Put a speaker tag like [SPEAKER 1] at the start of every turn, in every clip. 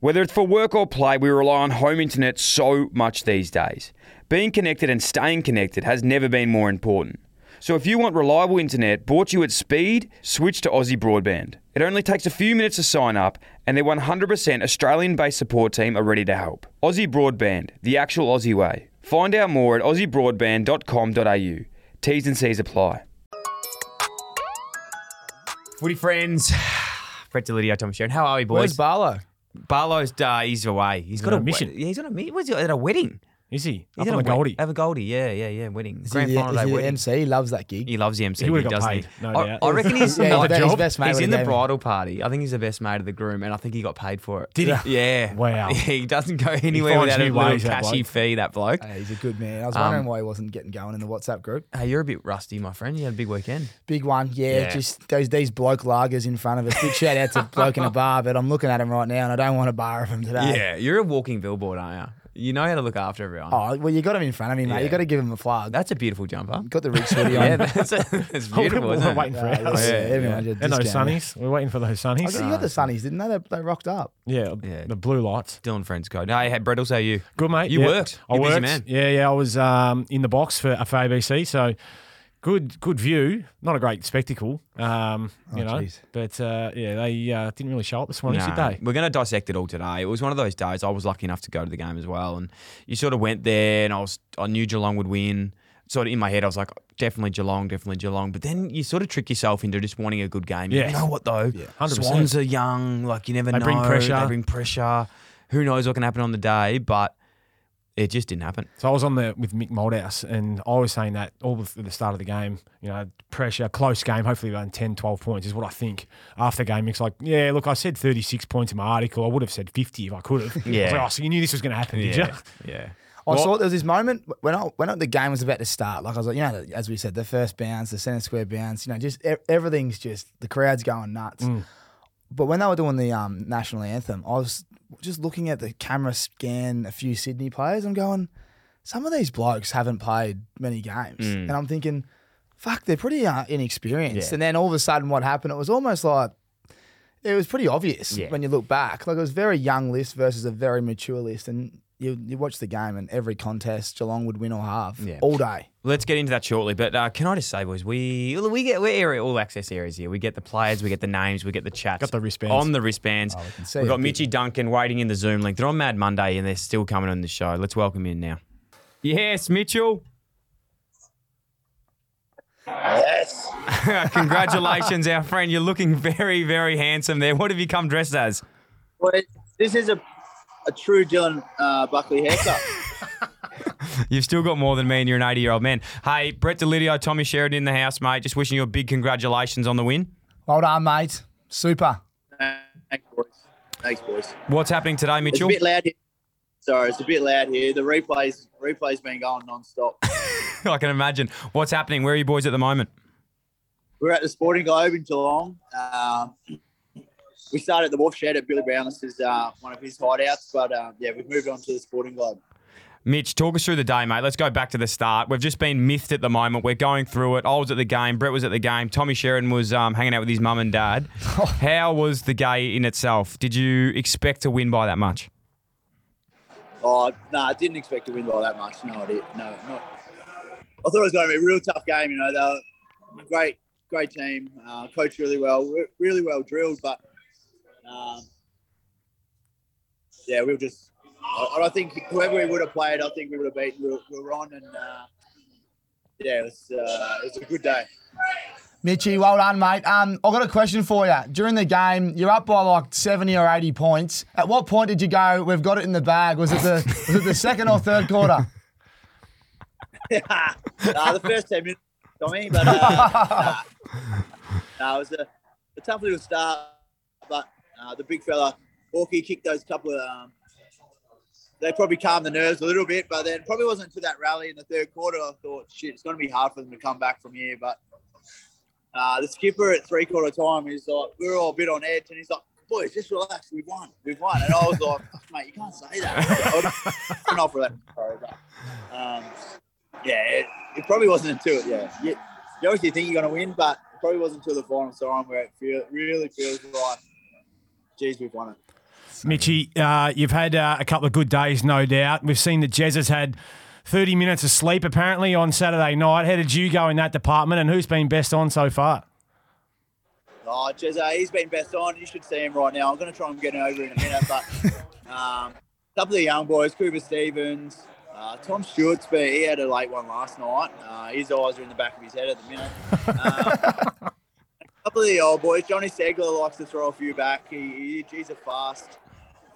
[SPEAKER 1] Whether it's for work or play, we rely on home internet so much these days. Being connected and staying connected has never been more important. So if you want reliable internet brought to you at speed, switch to Aussie Broadband. It only takes a few minutes to sign up, and their 100% Australian based support team are ready to help. Aussie Broadband, the actual Aussie way. Find out more at aussiebroadband.com.au. T's and C's apply.
[SPEAKER 2] Footy friends, Brett Delidio, Thomas Sharon. How are we,
[SPEAKER 3] Where's
[SPEAKER 2] boys?
[SPEAKER 3] Barlow?
[SPEAKER 2] Barlow's uh, he's away. He's
[SPEAKER 3] got a mission.
[SPEAKER 2] Yeah, he's on a mission. Was he at a wedding?
[SPEAKER 3] Is he?
[SPEAKER 2] He's at
[SPEAKER 3] Up on
[SPEAKER 2] a
[SPEAKER 3] the
[SPEAKER 2] wed-
[SPEAKER 3] Goldie.
[SPEAKER 2] At a Goldie, yeah, yeah, yeah. Wedding.
[SPEAKER 3] Is he
[SPEAKER 2] Grand
[SPEAKER 3] the,
[SPEAKER 2] final
[SPEAKER 3] is
[SPEAKER 2] day
[SPEAKER 3] he the
[SPEAKER 2] wedding.
[SPEAKER 3] MC? He loves that gig.
[SPEAKER 2] He loves the MC.
[SPEAKER 3] He would've got
[SPEAKER 2] doesn't
[SPEAKER 3] paid,
[SPEAKER 2] he?
[SPEAKER 3] no
[SPEAKER 2] I,
[SPEAKER 3] doubt.
[SPEAKER 2] I reckon he's,
[SPEAKER 3] Yeah, he's
[SPEAKER 2] not-
[SPEAKER 3] the- he's the best mate
[SPEAKER 2] he's
[SPEAKER 3] with
[SPEAKER 2] in the
[SPEAKER 3] Gavin.
[SPEAKER 2] bridal party. I think he's the best mate of the groom, and I think he got paid for it.
[SPEAKER 3] Did he?
[SPEAKER 2] Yeah.
[SPEAKER 3] Wow.
[SPEAKER 2] he doesn't go anywhere
[SPEAKER 3] finds
[SPEAKER 2] without a
[SPEAKER 3] new
[SPEAKER 2] little
[SPEAKER 3] ways, that
[SPEAKER 2] cashy
[SPEAKER 3] bloke.
[SPEAKER 2] fee. That bloke.
[SPEAKER 3] Hey, he's a good man. I was wondering why he wasn't getting going in the WhatsApp group.
[SPEAKER 2] Hey, you're a bit rusty, my friend. You had a big weekend.
[SPEAKER 3] Big one, yeah.
[SPEAKER 2] Yeah.
[SPEAKER 3] Just those these bloke lagers in front of us. Big shout out to bloke in a bar, but I'm looking at him right now, and I don't want a bar of him today.
[SPEAKER 2] Yeah, you're a walking billboard, aren't you? You know how to look after everyone.
[SPEAKER 3] Oh well, you got him in front of me, mate.
[SPEAKER 2] Yeah.
[SPEAKER 3] You got to give him a flag.
[SPEAKER 2] That's a beautiful jumper.
[SPEAKER 3] got the Rick's hoodie on.
[SPEAKER 2] Yeah, that's, that's beautiful.
[SPEAKER 4] we're
[SPEAKER 2] isn't it?
[SPEAKER 4] waiting for
[SPEAKER 3] Uh,
[SPEAKER 4] ours.
[SPEAKER 3] yeah,
[SPEAKER 2] yeah,
[SPEAKER 3] everyone just
[SPEAKER 4] And those
[SPEAKER 3] discounted.
[SPEAKER 4] sunnies. We're waiting for those
[SPEAKER 3] I
[SPEAKER 4] sunnies.
[SPEAKER 3] got, you got the sunnies, didn't they? They, they rocked up.
[SPEAKER 4] yeah,
[SPEAKER 2] Yeah.
[SPEAKER 4] the blue lights.
[SPEAKER 2] Dylan Friends code. Hey, hey Brettles, how are you?
[SPEAKER 4] Good mate.
[SPEAKER 2] You
[SPEAKER 4] yeah.
[SPEAKER 2] worked.
[SPEAKER 4] I
[SPEAKER 2] You're a
[SPEAKER 4] worked.
[SPEAKER 2] busy man.
[SPEAKER 4] Yeah, yeah. I was um, in the box for, for ABC, so good, good view. Not a great spectacle, um, you
[SPEAKER 3] Oh,
[SPEAKER 4] know.
[SPEAKER 3] jeez.
[SPEAKER 4] But uh, yeah, they uh, didn't really show up this morning,
[SPEAKER 2] No,
[SPEAKER 4] did they?
[SPEAKER 2] We're going to dissect it all today. It was one of those days. I was lucky enough to go to the game as well, and you sort of went there, and I was I knew Geelong would win. Sort of in my head, I was like, definitely Geelong, definitely Geelong. But then you sort of trick yourself into just wanting a good game. You
[SPEAKER 4] Yes.
[SPEAKER 2] know what though?
[SPEAKER 4] 100%.
[SPEAKER 2] Swans are young. Like you never
[SPEAKER 4] They
[SPEAKER 2] know.
[SPEAKER 4] bring pressure.
[SPEAKER 2] They bring pressure. Who knows what can happen on the day? But it just didn't happen.
[SPEAKER 4] So I was on the with Mick Moldhouse, and I was saying that all at the start of the game, you know, pressure, close game, hopefully around 10, 12 points is what I think. After the game, Mick's like, yeah, look, I said 36 points in my article. I would have said 50 if I could have. I
[SPEAKER 2] Yeah.
[SPEAKER 4] was like, oh, so you knew this was going to happen, did you?
[SPEAKER 2] yeah.
[SPEAKER 3] I saw there was this moment when I, when the game was about to start. Like I was like, you know, as we said, the first bounce, the centre square bounce, you know, just e- everything's just the crowd's going nuts. But when they were doing the um, national anthem, I was just looking at the camera scan a few Sydney players. I'm going, some of these blokes haven't played many games, and I'm thinking, fuck, they're pretty uh, inexperienced.
[SPEAKER 2] Yeah.
[SPEAKER 3] And then all of a sudden, what happened? It was almost like it was pretty obvious
[SPEAKER 2] Yeah.
[SPEAKER 3] when you look back. Like it was a very young list versus a very mature list, and you you watch the game and every contest Geelong would win or half
[SPEAKER 2] Yeah.
[SPEAKER 3] all day.
[SPEAKER 2] Let's get into that shortly, but uh, can I just say, boys, we we get we're area, all access areas here. We get the players, we get the names, we get the chats,
[SPEAKER 4] Got the wristbands.
[SPEAKER 2] on the wristbands.
[SPEAKER 3] Oh, we can see
[SPEAKER 2] We've got
[SPEAKER 3] it.
[SPEAKER 2] Mitchy Duncan waiting in the Zoom link. They're on Mad Monday and they're still coming on the show. Let's welcome in now. Yes, Mitchell.
[SPEAKER 5] Yes.
[SPEAKER 2] Congratulations, our friend. You're looking very, very handsome there. What have you come dressed as?
[SPEAKER 5] Well, this is a, a true Dylan uh, Buckley haircut.
[SPEAKER 2] You've still got more than me, and you're an 80 year old man. Hey, Brett Delidio, Tommy Sheridan in the house, mate. Just wishing you a big congratulations on the win.
[SPEAKER 3] Well done, mate. Super.
[SPEAKER 5] Thanks, boys. Thanks, boys.
[SPEAKER 2] What's happening today,
[SPEAKER 5] It's a
[SPEAKER 2] Mitchell?
[SPEAKER 5] bit loud here. Sorry, it's a bit loud here. The replays replays been going non-stop.
[SPEAKER 2] I can imagine. What's happening? Where are you boys at the moment?
[SPEAKER 5] We're at the Sporting Globe in Geelong. Um, we started at the Wharf Shed at Billy Brown. This is uh, one of his hideouts, but um, yeah, we've moved on to the Sporting Globe.
[SPEAKER 2] Mitch, talk us through the day, mate. Let's go back to the start. We've just been miffed at the moment. We're going through it. I was at the game. Brett was at the game. Tommy Sheridan was um, hanging out with his mum and dad. How was the day in itself? Did you expect to win by that much?
[SPEAKER 5] Oh no, I didn't expect to win by that much. No, I did. No, not. I thought it was going to be a real tough game. You know, they were a great, great team, uh, coached really well, re- really well drilled. But um, yeah, we were just. I, I think whoever we would have played, I think we would have beaten. We were, we were on, and uh, yeah, it was, uh, it was a good day.
[SPEAKER 3] Mitchy, well done, mate. Um, I've got a question for you. During the game, you're up by like 70 or 80 points. At what point did you go, we've got it in the bag? Was it the was it the second or third quarter?
[SPEAKER 5] uh, the first ten minutes, Tommy. But
[SPEAKER 3] Oh,
[SPEAKER 5] uh, nah, Nah, it was a, a tough little start. But uh, the big fella, Hawkey, kicked those couple of. Um, they probably calmed the nerves a little bit, but then probably wasn't to that rally in the third quarter. I thought, shit, it's going to be hard for them to come back from here. But uh, the skipper at three quarter time is like, we were all a bit on edge, and he's like, boys, just relax, we've won, we've won. And I was like, "Fuck, mate, you can't say that. I'm not for that. Sorry, but, um, yeah, it, it probably wasn't until yeah. You, you obviously think you're going to win, but it probably wasn't until the final time where it feel, really feels like, geez, we've won it.
[SPEAKER 4] Mitchy, uh, you've had uh, a couple of good days, no doubt. We've seen that Jez has had 30 minutes of sleep apparently on Saturday night. How did you go in that department, and who's been best on so far?
[SPEAKER 5] Oh, Jezza, he's been best on. You should see him right now. I'm going to try and get him over in a minute. But um, a couple of the young boys, Cooper Stevens, uh, Tom Stewart's been, he had a late one last night. Uh, his eyes are in the back of his head at the minute. Um, a couple of the old boys, Johnny Segler likes to throw a few back. He, he, he's a fast,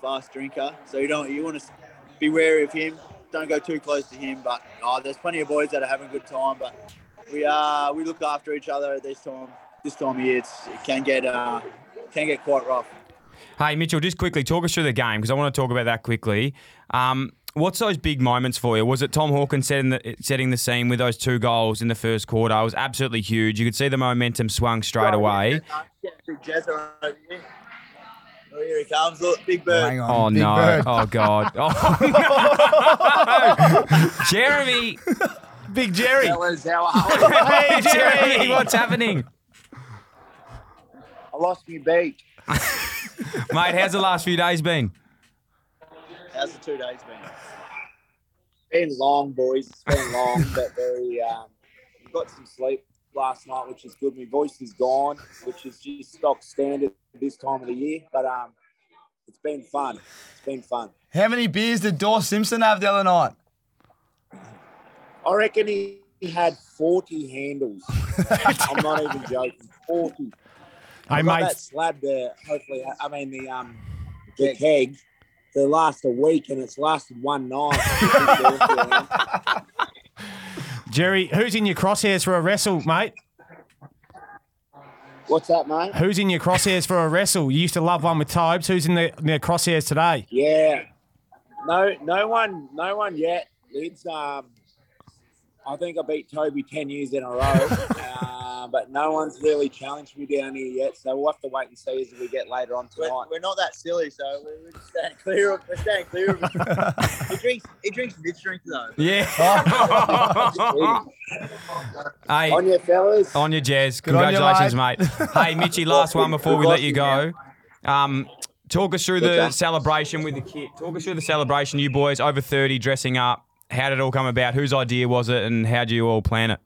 [SPEAKER 5] fast drinker. So you don't you want to be wary of him. Don't go too close to him. But oh, there's plenty of boys that are having a good time. But we are we look after each other at this time this time of year. It's, it can get uh, can get quite rough.
[SPEAKER 2] Hey, Mitchell, just quickly talk us through the game because I want to talk about that quickly. Um, what's those big moments for you? Was it Tom Hawkins setting the, setting the scene with those two goals in the first quarter? It was absolutely huge. You could see the momentum swung straight away.
[SPEAKER 5] Uh, get Big Jezza over here. Oh, here he comes. Look, Big Bird.
[SPEAKER 3] Hang on.
[SPEAKER 2] Oh
[SPEAKER 3] Big
[SPEAKER 2] no!
[SPEAKER 3] Bird.
[SPEAKER 2] Oh god! Oh, no. Jeremy,
[SPEAKER 4] Big Jerry.
[SPEAKER 5] Fellas, how are we?
[SPEAKER 4] hey,
[SPEAKER 2] Jeremy, what's happening,
[SPEAKER 5] I lost me beat.
[SPEAKER 2] mate? How's the last few days been?
[SPEAKER 5] How's the two days been? Been long, boys. It's been long, but very. Um, we got some sleep last night, which is good. My voice is gone, which is just stock standard this time of the year. But um, it's been fun. It's been fun.
[SPEAKER 3] How many beers did Dor Simpson have the other night?
[SPEAKER 5] I reckon he, he had 40 handles. I'm not even joking. 40.
[SPEAKER 4] Hey,
[SPEAKER 5] I've got that
[SPEAKER 4] mate.
[SPEAKER 5] slab there. Hopefully, I mean the um the keg. They last a week and it's lasted one night.
[SPEAKER 4] Jerry, who's in your crosshairs for a wrestle, mate?
[SPEAKER 5] What's that, mate?
[SPEAKER 4] Who's in your crosshairs for a wrestle? You used to love one with Tobes. Who's in the, in the crosshairs today?
[SPEAKER 5] Yeah. No, no one, no one yet. It's um, I think I beat Toby ten years in a row, uh, but no one's really challenged me down here yet. So we'll have to wait and see as we get later on tonight. We're, not that silly, so we're, we're staying clear of. We're staying clear of. he drinks. He drinks this drink though.
[SPEAKER 2] Yeah. hey,
[SPEAKER 5] on you, fellas.
[SPEAKER 2] on your Jazz.
[SPEAKER 3] on you,
[SPEAKER 2] Congratulations, mate. Hey, Mitchy, last one before we
[SPEAKER 5] Good
[SPEAKER 2] let you go.
[SPEAKER 5] luck,
[SPEAKER 2] Um, talk us through the
[SPEAKER 5] Yeah.
[SPEAKER 2] celebration with the kit. Talk us through the celebration, you boys over 30 dressing up. How did it all come about? Whose idea was it, and how do you all plan it?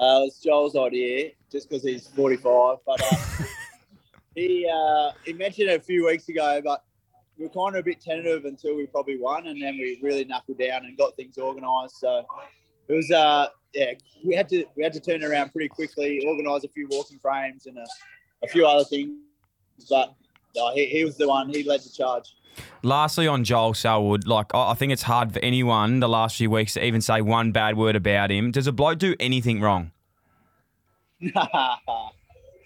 [SPEAKER 5] Uh, it was Joel's idea, just because he's 45. But uh, he uh, he mentioned it a few weeks ago, but we were kind of a bit tentative until we probably won, and then we really knuckled down and got things organised. So it was uh yeah we had to we had to turn it around pretty quickly, organise a few walking frames and a, a few other things. But no, he, he was the one. He led the charge.
[SPEAKER 2] Lastly, on Joel Selwood, like I I think it's hard for anyone the last few weeks to even say one bad word about him. Does a bloke do anything wrong?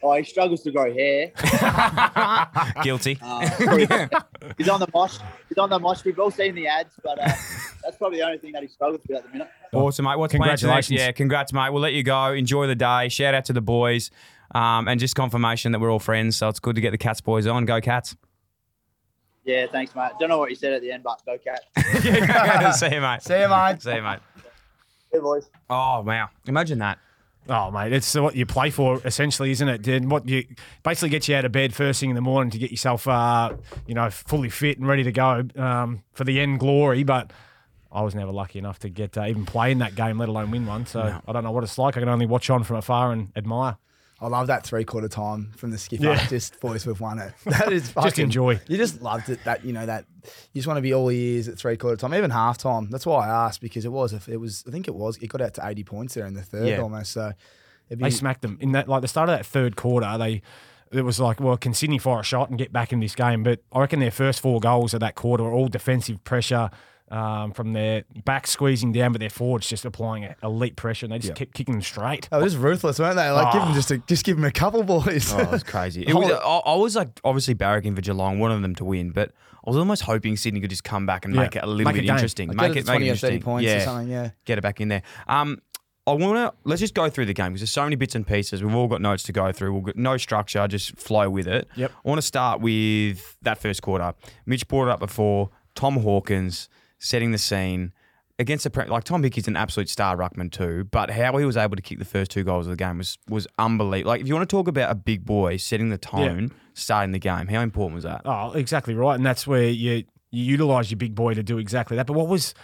[SPEAKER 5] oh, he struggles to grow hair.
[SPEAKER 2] Guilty.
[SPEAKER 5] Uh, he's on the mosh. He's on the mosh. We've all seen the ads, but uh, that's probably the only thing that he struggles with at the minute.
[SPEAKER 2] Awesome, mate. What's planned for next-
[SPEAKER 4] Congratulations.
[SPEAKER 2] Yeah, congrats, mate. We'll let you go. Enjoy the day. Shout out to the boys. Um, and just confirmation that we're all friends. So it's good to get the Cats boys on. Go, Cats.
[SPEAKER 5] Yeah, thanks, mate. Don't know what you said at the end, but go cat.
[SPEAKER 2] See you, mate.
[SPEAKER 3] See you, mate.
[SPEAKER 2] See you, mate.
[SPEAKER 5] Hey, boys.
[SPEAKER 2] Oh, wow. Imagine that.
[SPEAKER 4] Oh, mate, it's what you play for, essentially, isn't it? Did what you basically gets you out of bed first thing in the morning to get yourself, uh, you know, fully fit and ready to go um, for the end glory. But I was never lucky enough to get uh, even play in that game, let alone win one. So I don't know what it's like. I can only watch on from afar and admire.
[SPEAKER 3] I love that three quarter time from the skipper.
[SPEAKER 4] Yeah.
[SPEAKER 3] Just boys, we've won it. That is fucking,
[SPEAKER 4] enjoy.
[SPEAKER 3] You just loved it. That you know that you just want to be all ears at three quarter time, even half time. That's why I asked because it was if it was I think it was it got out to eighty points there in the third
[SPEAKER 4] Yeah.
[SPEAKER 3] almost. So it'd be
[SPEAKER 4] They smacked them in that like the start of that third quarter. They it was like, well, can Sydney fire a shot and get back in this game? But I reckon their first four goals of that quarter were all defensive pressure um, from their back squeezing down, but their forwards just applying a- elite pressure and they just kept kicking them straight.
[SPEAKER 3] they were just ruthless, weren't they? Like give
[SPEAKER 4] Oh.
[SPEAKER 3] them just a, just give them a couple boys.
[SPEAKER 2] Oh, it was crazy. It was, I,
[SPEAKER 3] Hold
[SPEAKER 2] I was like, obviously, barracking for Geelong, wanted them to win, but I was almost hoping Sydney could just come back and
[SPEAKER 4] Yeah.
[SPEAKER 2] make it a little
[SPEAKER 4] Make a
[SPEAKER 2] bit
[SPEAKER 4] game.
[SPEAKER 2] interesting.
[SPEAKER 3] Like,
[SPEAKER 2] make
[SPEAKER 3] get it
[SPEAKER 2] it,
[SPEAKER 3] to
[SPEAKER 2] make
[SPEAKER 3] 20
[SPEAKER 2] it
[SPEAKER 3] or 30
[SPEAKER 2] interesting.
[SPEAKER 3] points or
[SPEAKER 2] yeah.
[SPEAKER 3] something, yeah.
[SPEAKER 2] Get it back in there. Um, I want to let's just go through the game because there's so many bits and pieces. We've all got notes to go through. We've got no structure, just flow with it.
[SPEAKER 4] Yep.
[SPEAKER 2] I want to start with that first quarter. Mitch brought it up before. Tom Hawkins setting the scene. against the Pre- like Tom Hickey's an absolute star ruckman too, but how he was able to kick the first two goals of the game was was unbelievable. Like if you want to talk about a big boy setting the tone, starting the game, how important was that?
[SPEAKER 4] Oh, exactly right, and that's where you you utilise your big boy to do exactly that. But what was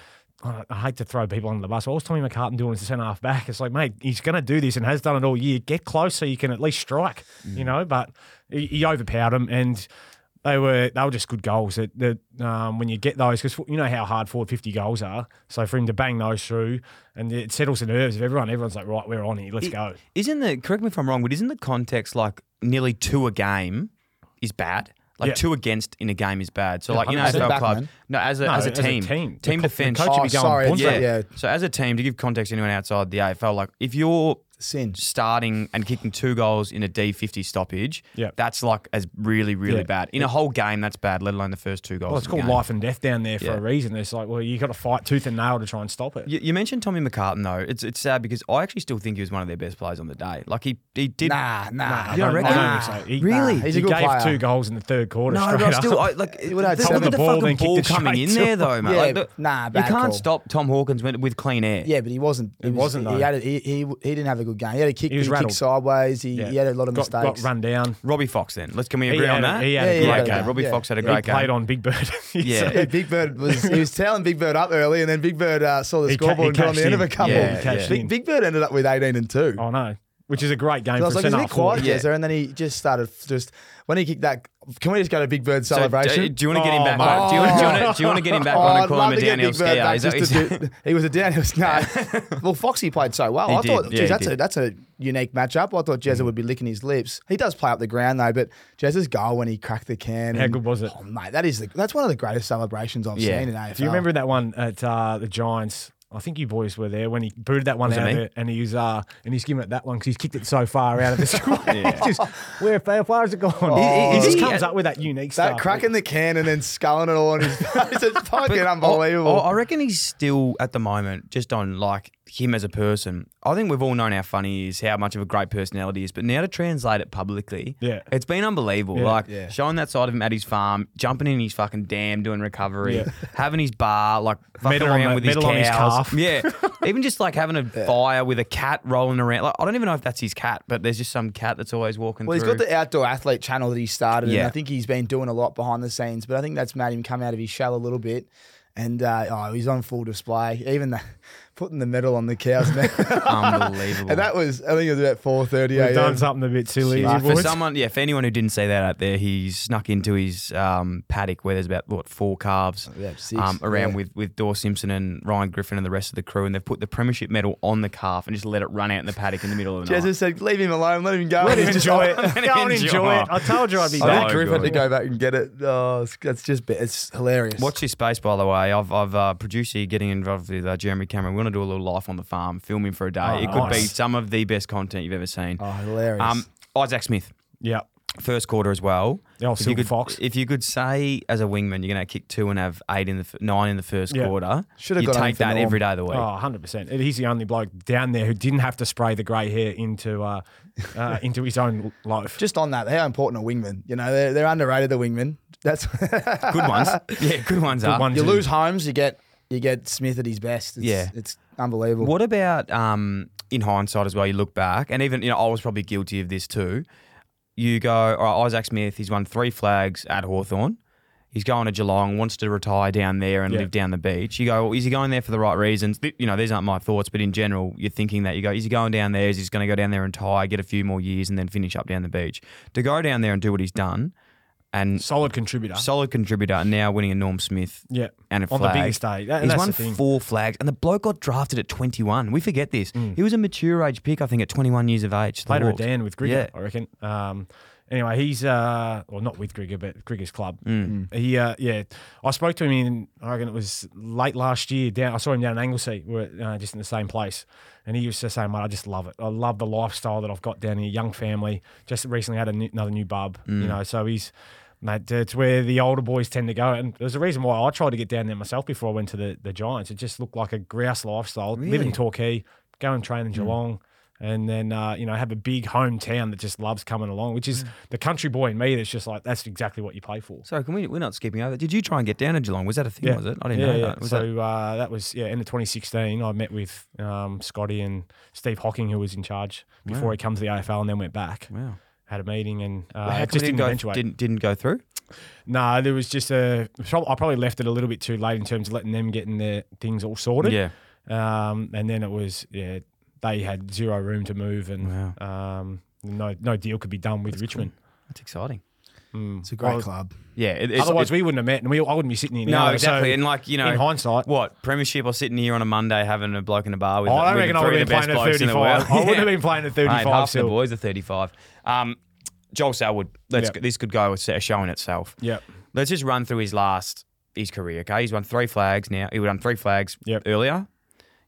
[SPEAKER 4] I I hate to throw people under the bus. What was Tommy McCartan doing as a centre half back? It's like, mate, he's going to do this and has done it all year. Get close so you can at least strike,
[SPEAKER 2] Mm.
[SPEAKER 4] you know. But he, he overpowered him, and they were they were just good goals. That, that um, when you get those, because you know how hard forward fifty goals are. So for him to bang those through, and it settles the nerves of everyone. Everyone's like, right, we're on here. Let's go.
[SPEAKER 2] Isn't the correct me if I'm wrong, but isn't the context like nearly two a game is bad? Like
[SPEAKER 4] Yeah.
[SPEAKER 2] two against in a game is bad. So like you know,
[SPEAKER 3] 100%
[SPEAKER 2] AFL
[SPEAKER 3] back,
[SPEAKER 2] clubs,
[SPEAKER 3] man.
[SPEAKER 2] no, as a
[SPEAKER 4] No,
[SPEAKER 2] as a
[SPEAKER 4] as a
[SPEAKER 2] team,
[SPEAKER 4] team. The
[SPEAKER 2] team
[SPEAKER 4] co- the
[SPEAKER 2] defense.
[SPEAKER 4] coach should be
[SPEAKER 3] Oh, sorry,
[SPEAKER 4] going
[SPEAKER 2] yeah.
[SPEAKER 3] yeah. yeah.
[SPEAKER 2] So as a team, to give context to anyone outside the AFL, like if you're
[SPEAKER 3] Sin.
[SPEAKER 2] starting and kicking two goals in a D50 stoppage,
[SPEAKER 4] Yeah.
[SPEAKER 2] that's like as really, really
[SPEAKER 4] Yeah.
[SPEAKER 2] bad. In a whole game, that's bad, let alone the first two goals.
[SPEAKER 4] Well, it's
[SPEAKER 2] of the
[SPEAKER 4] called
[SPEAKER 2] game.
[SPEAKER 4] life and death down there for
[SPEAKER 2] Yeah.
[SPEAKER 4] a reason. It's like, well, you got to fight tooth and nail to try and stop it.
[SPEAKER 2] You, you mentioned Tommy McCartan though. It's it's sad because I actually still think he was one of their best players on the day. Like he he did.
[SPEAKER 3] Nah, nah.
[SPEAKER 4] I
[SPEAKER 2] You don't
[SPEAKER 4] don't- I
[SPEAKER 2] reckon?
[SPEAKER 4] don't think so. He-
[SPEAKER 3] Really?
[SPEAKER 4] Nah,
[SPEAKER 3] He's a
[SPEAKER 4] he
[SPEAKER 3] good
[SPEAKER 4] gave
[SPEAKER 3] player.
[SPEAKER 4] two goals in the third quarter.
[SPEAKER 2] No,
[SPEAKER 4] straight
[SPEAKER 2] but I
[SPEAKER 4] up.
[SPEAKER 2] still I, like it,
[SPEAKER 3] would have
[SPEAKER 2] look
[SPEAKER 3] seven.
[SPEAKER 2] at the,
[SPEAKER 3] The
[SPEAKER 4] ball,
[SPEAKER 2] fucking
[SPEAKER 4] then kicked
[SPEAKER 2] ball
[SPEAKER 4] it straight
[SPEAKER 2] coming in
[SPEAKER 4] to
[SPEAKER 2] there
[SPEAKER 4] him.
[SPEAKER 2] though, mate.
[SPEAKER 3] Yeah,
[SPEAKER 2] Like, look,
[SPEAKER 3] nah,
[SPEAKER 2] you
[SPEAKER 3] bad
[SPEAKER 2] can't
[SPEAKER 3] call.
[SPEAKER 2] stop Tom Hawkins with, with clean air.
[SPEAKER 3] Yeah, but he wasn't. He,
[SPEAKER 4] It
[SPEAKER 3] was,
[SPEAKER 4] wasn't,
[SPEAKER 3] He,
[SPEAKER 4] though.
[SPEAKER 3] had a, he, he he didn't have a good game. He had a kick.
[SPEAKER 4] He
[SPEAKER 3] He,
[SPEAKER 4] was
[SPEAKER 3] kicked
[SPEAKER 4] rattled.
[SPEAKER 3] sideways. He,
[SPEAKER 4] Yeah.
[SPEAKER 3] he had a lot of
[SPEAKER 4] got, got
[SPEAKER 3] mistakes.
[SPEAKER 4] run down.
[SPEAKER 2] Robbie Fox. Then let's can we
[SPEAKER 4] He
[SPEAKER 2] agree
[SPEAKER 4] had
[SPEAKER 2] on
[SPEAKER 4] a-
[SPEAKER 2] that?
[SPEAKER 4] he had
[SPEAKER 3] a Yeah, great
[SPEAKER 2] yeah,
[SPEAKER 3] yeah.
[SPEAKER 2] okay. Robbie
[SPEAKER 3] Yeah.
[SPEAKER 2] Fox had a
[SPEAKER 4] He
[SPEAKER 2] great
[SPEAKER 4] played
[SPEAKER 2] game.
[SPEAKER 4] on Big Bird.
[SPEAKER 2] Yeah.
[SPEAKER 4] So-
[SPEAKER 3] Yeah, Big Bird was he was telling Big Bird up early, and then Big Bird uh, saw the
[SPEAKER 4] He ca-
[SPEAKER 3] scoreboard
[SPEAKER 4] he
[SPEAKER 3] and got on
[SPEAKER 4] cashed
[SPEAKER 3] the end of
[SPEAKER 4] in.
[SPEAKER 3] a couple.
[SPEAKER 2] Yeah,
[SPEAKER 4] He cashed
[SPEAKER 2] yeah.
[SPEAKER 4] in.
[SPEAKER 3] Big, Big Bird ended up with eighteen and two.
[SPEAKER 4] oh no, which is a great game
[SPEAKER 3] So I was
[SPEAKER 4] for a
[SPEAKER 3] like,
[SPEAKER 4] centre
[SPEAKER 3] isn't it
[SPEAKER 4] half
[SPEAKER 3] quiet,
[SPEAKER 4] forward.
[SPEAKER 2] Yeah.
[SPEAKER 3] Jezza? And then he just started just when he kicked that. Can we just go to Big Bird's
[SPEAKER 2] So,
[SPEAKER 3] celebration? Oh,
[SPEAKER 2] do, do you want to get him
[SPEAKER 4] Oh,
[SPEAKER 2] back?
[SPEAKER 4] mate.
[SPEAKER 2] on- Do you want, do you want to, do you want to get him back on
[SPEAKER 3] I'd
[SPEAKER 2] and call
[SPEAKER 3] love
[SPEAKER 2] him a
[SPEAKER 3] to get
[SPEAKER 2] downhill
[SPEAKER 3] Big Bird
[SPEAKER 2] skier?
[SPEAKER 3] back
[SPEAKER 2] Is that-
[SPEAKER 3] just
[SPEAKER 2] is
[SPEAKER 3] to
[SPEAKER 2] that-
[SPEAKER 3] do- He was a downhill skier. well, Foxy played so well.
[SPEAKER 2] He
[SPEAKER 3] I
[SPEAKER 2] did.
[SPEAKER 3] thought,
[SPEAKER 2] Yeah,
[SPEAKER 3] geez,
[SPEAKER 2] he
[SPEAKER 3] that's
[SPEAKER 2] did.
[SPEAKER 3] a that's a unique matchup. I thought Jezza would be licking his lips. He does play up the ground though, but Jezza's goal when he cracked the can.
[SPEAKER 4] How
[SPEAKER 3] and-
[SPEAKER 4] good was it?
[SPEAKER 3] Oh, mate, that is the, that's one of the greatest celebrations I've
[SPEAKER 2] Yeah.
[SPEAKER 3] seen in AFL.
[SPEAKER 4] Do you remember that one at uh, the Giants? I think you boys were there when he booted that one
[SPEAKER 2] Was it
[SPEAKER 4] out
[SPEAKER 2] me?
[SPEAKER 4] of it, and he was uh, and he's giving it that one because he's kicked it so far out of the square. Just, where far far has it gone?
[SPEAKER 2] Is-
[SPEAKER 4] He,
[SPEAKER 2] is
[SPEAKER 4] just
[SPEAKER 2] he-
[SPEAKER 4] comes up with that unique
[SPEAKER 3] that
[SPEAKER 4] stuff.
[SPEAKER 3] crack in the can and then sculling it all on his face? It's fucking
[SPEAKER 2] I,
[SPEAKER 3] unbelievable.
[SPEAKER 2] I- I reckon he's still at the moment, just on like him as a person. I think we've all known how funny he is, how much of a great personality he is, but now to translate it publicly,
[SPEAKER 4] Yeah.
[SPEAKER 2] it's been unbelievable. like
[SPEAKER 3] Yeah.
[SPEAKER 2] showing that side of him at his farm, jumping in his fucking dam, doing recovery,
[SPEAKER 4] Yeah.
[SPEAKER 2] having his bar, like fucking
[SPEAKER 4] Medal on
[SPEAKER 2] around
[SPEAKER 4] the-
[SPEAKER 2] with his
[SPEAKER 4] medal on his
[SPEAKER 2] cows.
[SPEAKER 4] calf.
[SPEAKER 2] Yeah, even just like having a fire with a cat rolling around. Like I don't even know if that's his cat, but there's just some cat that's always walking.
[SPEAKER 3] Well, he's
[SPEAKER 2] through.
[SPEAKER 3] got the outdoor athlete channel that he started,
[SPEAKER 2] Yeah.
[SPEAKER 3] and I think he's been doing a lot behind the scenes. But I think that's made him come out of his shell a little bit, and uh, oh, he's on full display. Even the, putting the medal on the cows now,
[SPEAKER 2] unbelievable.
[SPEAKER 3] and that was I think it was about four thirty
[SPEAKER 4] We've done
[SPEAKER 3] a.m.
[SPEAKER 4] something a bit silly.
[SPEAKER 2] Yeah,
[SPEAKER 4] you
[SPEAKER 2] for
[SPEAKER 4] boys.
[SPEAKER 2] someone, yeah, for anyone who didn't see that out there, he snuck into his um, paddock where there's about what four calves
[SPEAKER 3] Oh, Yeah, six,
[SPEAKER 2] um, around
[SPEAKER 3] yeah.
[SPEAKER 2] with with Dor Simpson and Ryan Griffin and the rest of the crew, and they've put the premiership medal on the calf and just let it run out in the paddock in the middle of the night.
[SPEAKER 3] Jesus said, "Leave him alone. Let him go.
[SPEAKER 4] Let him
[SPEAKER 3] He's just-
[SPEAKER 4] enjoy it.
[SPEAKER 2] Let him
[SPEAKER 4] Go and
[SPEAKER 2] enjoy
[SPEAKER 4] enjoy
[SPEAKER 2] it.
[SPEAKER 4] it. I told you I'd be
[SPEAKER 2] So
[SPEAKER 3] I
[SPEAKER 4] back.
[SPEAKER 3] think Griff had to
[SPEAKER 2] good.
[SPEAKER 3] go back and get it. Oh, it's- that's just bit. It's hilarious.
[SPEAKER 2] Watch this space, by the way. I've, I've uh, produced here getting involved with uh, Jeremy Cameron. We want to do a little life on the farm, film him for a day.
[SPEAKER 4] Oh,
[SPEAKER 2] it could be
[SPEAKER 4] nice.
[SPEAKER 2] some of the best content you've ever seen.
[SPEAKER 3] Oh, hilarious.
[SPEAKER 2] Um, Isaac Smith.
[SPEAKER 4] Yeah.
[SPEAKER 2] first quarter as well.
[SPEAKER 4] The old
[SPEAKER 2] If you
[SPEAKER 4] silver
[SPEAKER 2] could-
[SPEAKER 4] fox.
[SPEAKER 2] If you could say as a wingman, you're going to kick two and have eight in the f- nine in the first
[SPEAKER 4] Yeah.
[SPEAKER 2] quarter.
[SPEAKER 3] Shoulda
[SPEAKER 2] you
[SPEAKER 3] got on
[SPEAKER 2] take
[SPEAKER 3] for
[SPEAKER 2] that
[SPEAKER 3] Norm.
[SPEAKER 2] every day of the week.
[SPEAKER 4] Oh, 100%. And He's the only bloke down there who didn't have to spray the grey hair into uh, uh, into his own loaf.
[SPEAKER 3] just on that, how important a wingman. You know, they're, they're underrated. The wingman. That's
[SPEAKER 2] Good ones, yeah, good ones are.
[SPEAKER 4] one,
[SPEAKER 3] you
[SPEAKER 4] two.
[SPEAKER 3] lose Holmes, you get you get Smith at his best. It's,
[SPEAKER 2] Yeah.
[SPEAKER 3] it's unbelievable.
[SPEAKER 2] What about um, in hindsight as well? You look back, and even you know I was probably guilty of this too. You go, all right, Isaac Smith. He's won three flags at Hawthorn. He's going to Geelong, wants to retire down there and
[SPEAKER 4] Yeah.
[SPEAKER 2] live down the beach. You go, well, is he going there for the right reasons? Th- You know, these aren't my thoughts, but in general, you're thinking that you go, is he going down there? Is he going to go down there and tie, get a few more years, and then finish up down the beach? To go down there and do what he's done, and
[SPEAKER 4] Solid contributor.
[SPEAKER 2] solid contributor, and now winning a Norm Smith
[SPEAKER 4] yeah.
[SPEAKER 2] and a
[SPEAKER 4] On
[SPEAKER 2] flag.
[SPEAKER 4] the biggest day. That,
[SPEAKER 2] He's
[SPEAKER 4] that's
[SPEAKER 2] won
[SPEAKER 4] the thing.
[SPEAKER 2] four flags, and the bloke got drafted at 21. We forget this. He was a mature age pick, I think, at 21 years of age. to the
[SPEAKER 4] Mm. Played her a
[SPEAKER 2] Hawks.
[SPEAKER 4] Dan with Grigger,
[SPEAKER 2] Yeah.
[SPEAKER 4] I reckon. Um, anyway, he's uh, well, not with Grigger, but Grigger's club.
[SPEAKER 2] Mm.
[SPEAKER 4] He, uh, yeah, I spoke to him in, I reckon it was late last year. Down, I saw him down in Anglesey, we we're uh, just in the same place, and he was just saying, "Mate, I just love it. I love the lifestyle that I've got down here. Young family. Just recently had a new, another new bub,
[SPEAKER 2] Mm.
[SPEAKER 4] you know. So he's." Mate, it's where the older boys tend to go, and there's a reason why I tried to get down there myself before I went to the, the Giants. It just looked like a grouse lifestyle. Live
[SPEAKER 2] Really? Hmm.
[SPEAKER 4] in Torquay, go and train in Geelong, and then uh, you know have a big hometown that just loves coming along, which
[SPEAKER 2] Hmm.
[SPEAKER 4] is the country boy in me. That's just like that's exactly what you play for.
[SPEAKER 2] Sorry, can we? We're not skipping over. Did you try and get down to Geelong? Was that a thing? Was it? I didn't
[SPEAKER 4] yeah,
[SPEAKER 2] know
[SPEAKER 4] yeah.
[SPEAKER 2] that. Was
[SPEAKER 4] so
[SPEAKER 2] that
[SPEAKER 4] Uh, that was yeah, end of 2016. I met with um, Scotty and Steve Hocking, who was in charge before he came to the AFL, and then went back.
[SPEAKER 2] wow?
[SPEAKER 4] Had a meeting and
[SPEAKER 2] How
[SPEAKER 4] uh, it
[SPEAKER 2] come
[SPEAKER 4] just
[SPEAKER 2] it
[SPEAKER 4] didn't,
[SPEAKER 2] go,
[SPEAKER 4] eventuate.
[SPEAKER 2] Didn't didn't go through.
[SPEAKER 4] No, there was just a. prob- I probably left it a little bit too late in terms of letting them getting their things all sorted.
[SPEAKER 2] Yeah.
[SPEAKER 4] Um, and then it was yeah, they had zero room to move, and um, no no deal could be done with Richmond.
[SPEAKER 2] That's exciting.
[SPEAKER 3] It's a great club.
[SPEAKER 2] Yeah. It, it's,
[SPEAKER 4] Otherwise,
[SPEAKER 2] it's,
[SPEAKER 4] we wouldn't have met, and we I wouldn't be sitting here.
[SPEAKER 2] no,
[SPEAKER 4] now.
[SPEAKER 2] exactly.
[SPEAKER 4] So
[SPEAKER 2] and like you know,
[SPEAKER 4] in hindsight,
[SPEAKER 2] what premiership or sitting here on a Monday having a bloke in a bar with?
[SPEAKER 4] Oh, I don't
[SPEAKER 2] with
[SPEAKER 4] reckon I
[SPEAKER 2] three
[SPEAKER 4] would
[SPEAKER 2] of
[SPEAKER 4] have
[SPEAKER 2] the
[SPEAKER 4] been
[SPEAKER 2] best
[SPEAKER 4] playing at
[SPEAKER 2] blokes in the
[SPEAKER 4] 35. I
[SPEAKER 2] world.
[SPEAKER 4] wouldn't have
[SPEAKER 2] Yeah.
[SPEAKER 4] been playing at
[SPEAKER 2] Mate,
[SPEAKER 4] 35
[SPEAKER 2] half the
[SPEAKER 4] still.
[SPEAKER 2] boys are 35. Um, Joel Salwood, let's
[SPEAKER 4] Yep.
[SPEAKER 2] go, this could go as a show in itself.
[SPEAKER 4] Yep.
[SPEAKER 2] Let's just run through his last his career. Okay, he's won three flags now. He won three flags
[SPEAKER 4] Yep.
[SPEAKER 2] earlier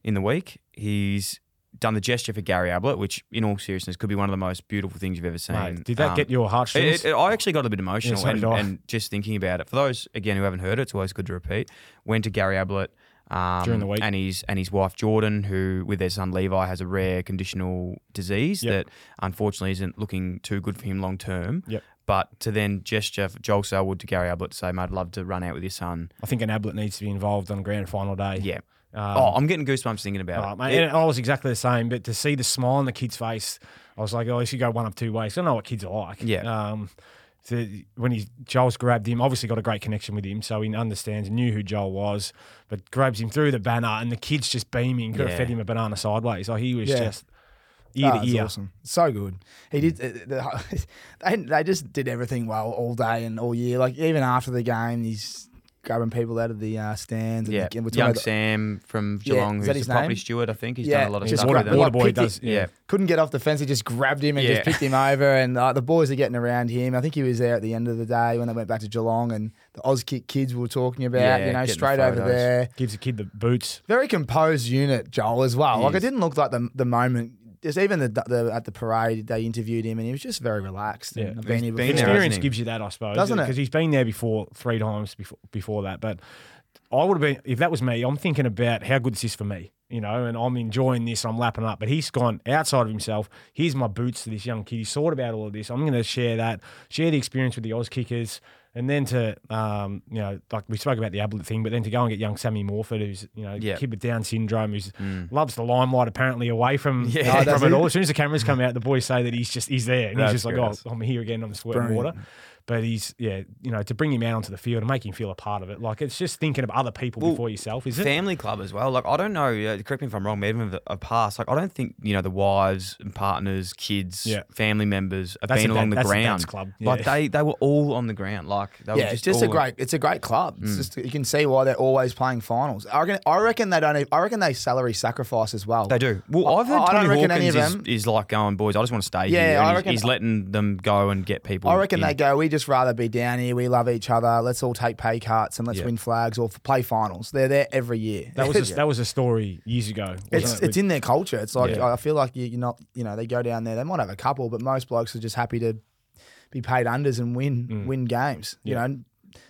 [SPEAKER 2] in the week. He's done the gesture for Gary Ablett, which, in all seriousness, could be one of the most beautiful things you've ever seen.
[SPEAKER 4] Mate, did that
[SPEAKER 2] Um,
[SPEAKER 4] get your heartstrings?
[SPEAKER 2] it, it, I actually got a bit emotional
[SPEAKER 4] Yeah, so
[SPEAKER 2] and,
[SPEAKER 4] did I.
[SPEAKER 2] and just thinking about it. For those again who haven't heard it, it's always good to repeat. Went to Gary Ablett um,
[SPEAKER 4] During the week.
[SPEAKER 2] and his and his wife Jordan, who with their son Levi has a rare conditional disease
[SPEAKER 4] Yep.
[SPEAKER 2] that unfortunately isn't looking too good for him long term.
[SPEAKER 4] Yep.
[SPEAKER 2] But to then gesture for Joel Selwood to Gary Ablett to say, "Mate, I'd love to run out with your son."
[SPEAKER 4] I think an Ablett needs to be involved on grand final day.
[SPEAKER 2] Yeah.
[SPEAKER 4] Um,
[SPEAKER 2] oh, I'm getting goosebumps thinking about
[SPEAKER 4] Oh,
[SPEAKER 2] it.
[SPEAKER 4] mate,
[SPEAKER 2] It-
[SPEAKER 4] and I was exactly the same, but to see the smile on the kid's face, I was like, oh, this could go one of two ways. I don't know what kids are like.
[SPEAKER 2] Yeah.
[SPEAKER 4] Um, so when he Joel's grabbed him, obviously got a great connection with him, so he understands, knew who Joel was, but grabs him through the banner, and the kid's just beaming. Could
[SPEAKER 2] Yeah.
[SPEAKER 4] have fed him a banana sideways. Like he was
[SPEAKER 3] Yeah.
[SPEAKER 4] just ear
[SPEAKER 3] Oh,
[SPEAKER 4] to
[SPEAKER 3] it's
[SPEAKER 4] ear.
[SPEAKER 3] awesome. So good. He did. uh,
[SPEAKER 2] Mm.
[SPEAKER 3] The, they, they just did everything well all day and all year. Like even after the game, he's grabbing people out of the uh, stands. And
[SPEAKER 2] yeah,
[SPEAKER 3] the, and we're talking
[SPEAKER 2] young
[SPEAKER 3] about the-
[SPEAKER 2] Sam from
[SPEAKER 3] Yeah,
[SPEAKER 2] Geelong,
[SPEAKER 3] is that
[SPEAKER 2] who's
[SPEAKER 3] his
[SPEAKER 2] a property
[SPEAKER 3] name?
[SPEAKER 2] steward, I think. He's
[SPEAKER 3] Yeah,
[SPEAKER 2] done a lot of
[SPEAKER 4] He's
[SPEAKER 2] stuff
[SPEAKER 4] water,
[SPEAKER 2] with it.
[SPEAKER 4] water
[SPEAKER 3] Like
[SPEAKER 4] boy
[SPEAKER 3] Pickett.
[SPEAKER 4] does.
[SPEAKER 2] yeah.
[SPEAKER 3] couldn't get off the fence. He just grabbed him and
[SPEAKER 2] Yeah.
[SPEAKER 3] just picked him over. And uh, the boys are getting around him. I think he was there at the end of the day when they went back to Geelong and the Auskick kids we were talking about.
[SPEAKER 2] Yeah,
[SPEAKER 3] you know,
[SPEAKER 2] getting the
[SPEAKER 3] straight over
[SPEAKER 2] photos.
[SPEAKER 3] there.
[SPEAKER 4] Gives the kid the boots.
[SPEAKER 3] Very composed unit, Joel as well.
[SPEAKER 2] He
[SPEAKER 3] like
[SPEAKER 2] is.
[SPEAKER 3] it didn't look like the the moment. Just even the, the at the parade they interviewed him and he was just very relaxed.
[SPEAKER 4] Yeah.
[SPEAKER 3] and I've been here
[SPEAKER 2] been there,
[SPEAKER 3] before.
[SPEAKER 2] hasn't
[SPEAKER 4] experience
[SPEAKER 2] he?
[SPEAKER 4] gives you that, I suppose,
[SPEAKER 3] Doesn't it?
[SPEAKER 4] Because he's been there before three times before before that. But I would have been if that was me. I'm thinking about how good is this for me, you know, and I'm enjoying this. I'm lapping up, but he's gone outside of himself. Here's my boots to this young kid. He's thought about all of this. I'm going to share that, share the experience with the Oz kickers. And then to, um, you know, like we spoke about the Ablett thing, but then to go and get young Sammy Morford, who's, you know,
[SPEAKER 2] Yeah. Mm.
[SPEAKER 4] kid with Down syndrome, who loves the limelight apparently away from, uh,
[SPEAKER 2] Yeah.
[SPEAKER 4] from
[SPEAKER 3] does
[SPEAKER 4] it
[SPEAKER 3] he?
[SPEAKER 4] all. As soon as the cameras come out, the boys say that he's just, he's there. And
[SPEAKER 2] That's
[SPEAKER 4] he's just like,
[SPEAKER 2] gross.
[SPEAKER 4] oh, I'm here again, I'm sweating water. But he's, yeah, you know, to bring him out onto the field and make him feel a part of it. Like, it's just thinking of other people before yourself, is it?
[SPEAKER 2] family club as well. Like I don't know. Uh, correct me if I'm wrong. Maybe of a past. Like I don't think you know the wives and partners, kids,
[SPEAKER 4] Yeah.
[SPEAKER 2] family members have
[SPEAKER 4] That's
[SPEAKER 2] been
[SPEAKER 4] a
[SPEAKER 2] along
[SPEAKER 4] dad-
[SPEAKER 2] the
[SPEAKER 4] that's a
[SPEAKER 2] ground.
[SPEAKER 4] dad's club,
[SPEAKER 2] Like
[SPEAKER 4] yeah.
[SPEAKER 2] they they were all on the ground. Like they were
[SPEAKER 3] Yeah, it's just a
[SPEAKER 2] all-
[SPEAKER 3] great. It's a great club. It's just you can see why they're always playing finals. I reckon. I reckon they don't. Even, I reckon they salary sacrifice as well.
[SPEAKER 2] They do. Well,
[SPEAKER 3] I-
[SPEAKER 2] I've heard
[SPEAKER 3] I don't
[SPEAKER 2] Tony
[SPEAKER 3] reckon any
[SPEAKER 2] Hawkins
[SPEAKER 3] of
[SPEAKER 2] is,
[SPEAKER 3] them-
[SPEAKER 2] is like going, boys. I just want to stay here.
[SPEAKER 3] Yeah, I
[SPEAKER 2] And he's-
[SPEAKER 3] reckon-
[SPEAKER 2] he's, letting them go and get people.
[SPEAKER 3] I reckon
[SPEAKER 2] in.
[SPEAKER 3] they go. We just rather be down here. We love each other. Let's all take pay cuts and let's
[SPEAKER 2] Yeah.
[SPEAKER 3] win flags or f- play finals. They're there every year.
[SPEAKER 4] That was, a, that was a story years ago. wasn't
[SPEAKER 3] It's,
[SPEAKER 4] it, with-
[SPEAKER 3] it's in their culture. It's like
[SPEAKER 4] Yeah.
[SPEAKER 3] I feel like you, you're not. You know, they go down there. They might have a couple, but most blokes are just happy to be paid unders and win win games. You know,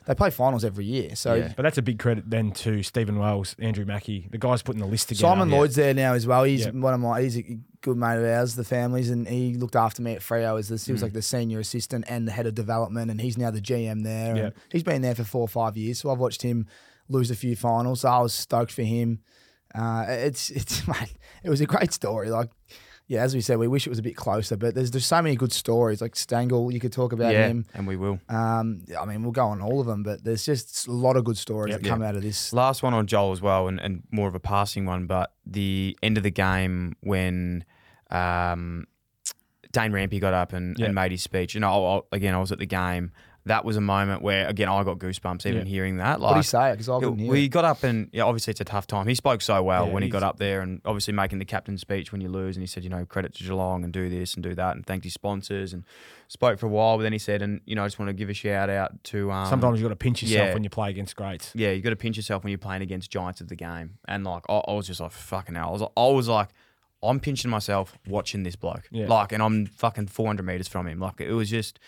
[SPEAKER 3] they play finals every year. So
[SPEAKER 2] Yeah.
[SPEAKER 4] But that's a big credit then to Stephen Wells, Andrew Mackey, the guys putting the list together.
[SPEAKER 3] Simon Lloyd's there now as well. He's
[SPEAKER 4] Yeah.
[SPEAKER 3] one of my. He's a good mate of ours, the families, and he looked after me at Freo as
[SPEAKER 2] Mm.
[SPEAKER 3] this. He was like the senior assistant and the head of development, and he's now the GM there.
[SPEAKER 4] Yeah.
[SPEAKER 3] And he's been there for four or five years, so I've watched him lose a few finals. So I was stoked for him. Uh, it's it's mate, it was a great story. Like. Yeah, as we said, we wish it was a bit closer, but there's there's so many good stories. Like Stengel, you could talk about
[SPEAKER 2] Yeah,
[SPEAKER 3] him.
[SPEAKER 2] and we will.
[SPEAKER 3] Um, I mean, we'll go on all of them, but there's just a lot of good stories that come out of this.
[SPEAKER 2] Last one on Joel as well, and, and more of a passing one, but the end of the game when um, Dane Rampy got up and,
[SPEAKER 4] Yeah.
[SPEAKER 2] and made his speech, and I, I, again, I was at the game. That was a moment where, again, I got goosebumps even
[SPEAKER 4] Yeah.
[SPEAKER 2] hearing that.
[SPEAKER 3] What do you
[SPEAKER 2] Like,
[SPEAKER 3] say? Because I couldn't hear.
[SPEAKER 2] we
[SPEAKER 3] it.
[SPEAKER 2] got up and yeah, obviously it's a tough time. He spoke so well
[SPEAKER 4] Yeah,
[SPEAKER 2] when he got
[SPEAKER 4] he's-
[SPEAKER 2] up there, and obviously making the captain's speech when you lose, and he said, you know, credit to Geelong and do this and do that, and thanked his sponsors and spoke for a while. But then he said, and you know, I just want to give a shout out to um,
[SPEAKER 4] Sometimes you've got to pinch yourself
[SPEAKER 2] yeah.
[SPEAKER 4] when you play against greats.
[SPEAKER 2] yeah, you got to pinch yourself when you're playing against giants of the game. And like, I, I was just like, fucking hell. I was, I was like, I'm pinching myself watching this bloke.
[SPEAKER 4] Yeah.
[SPEAKER 2] Like, and I'm fucking 400 meters from him. Like, it was just,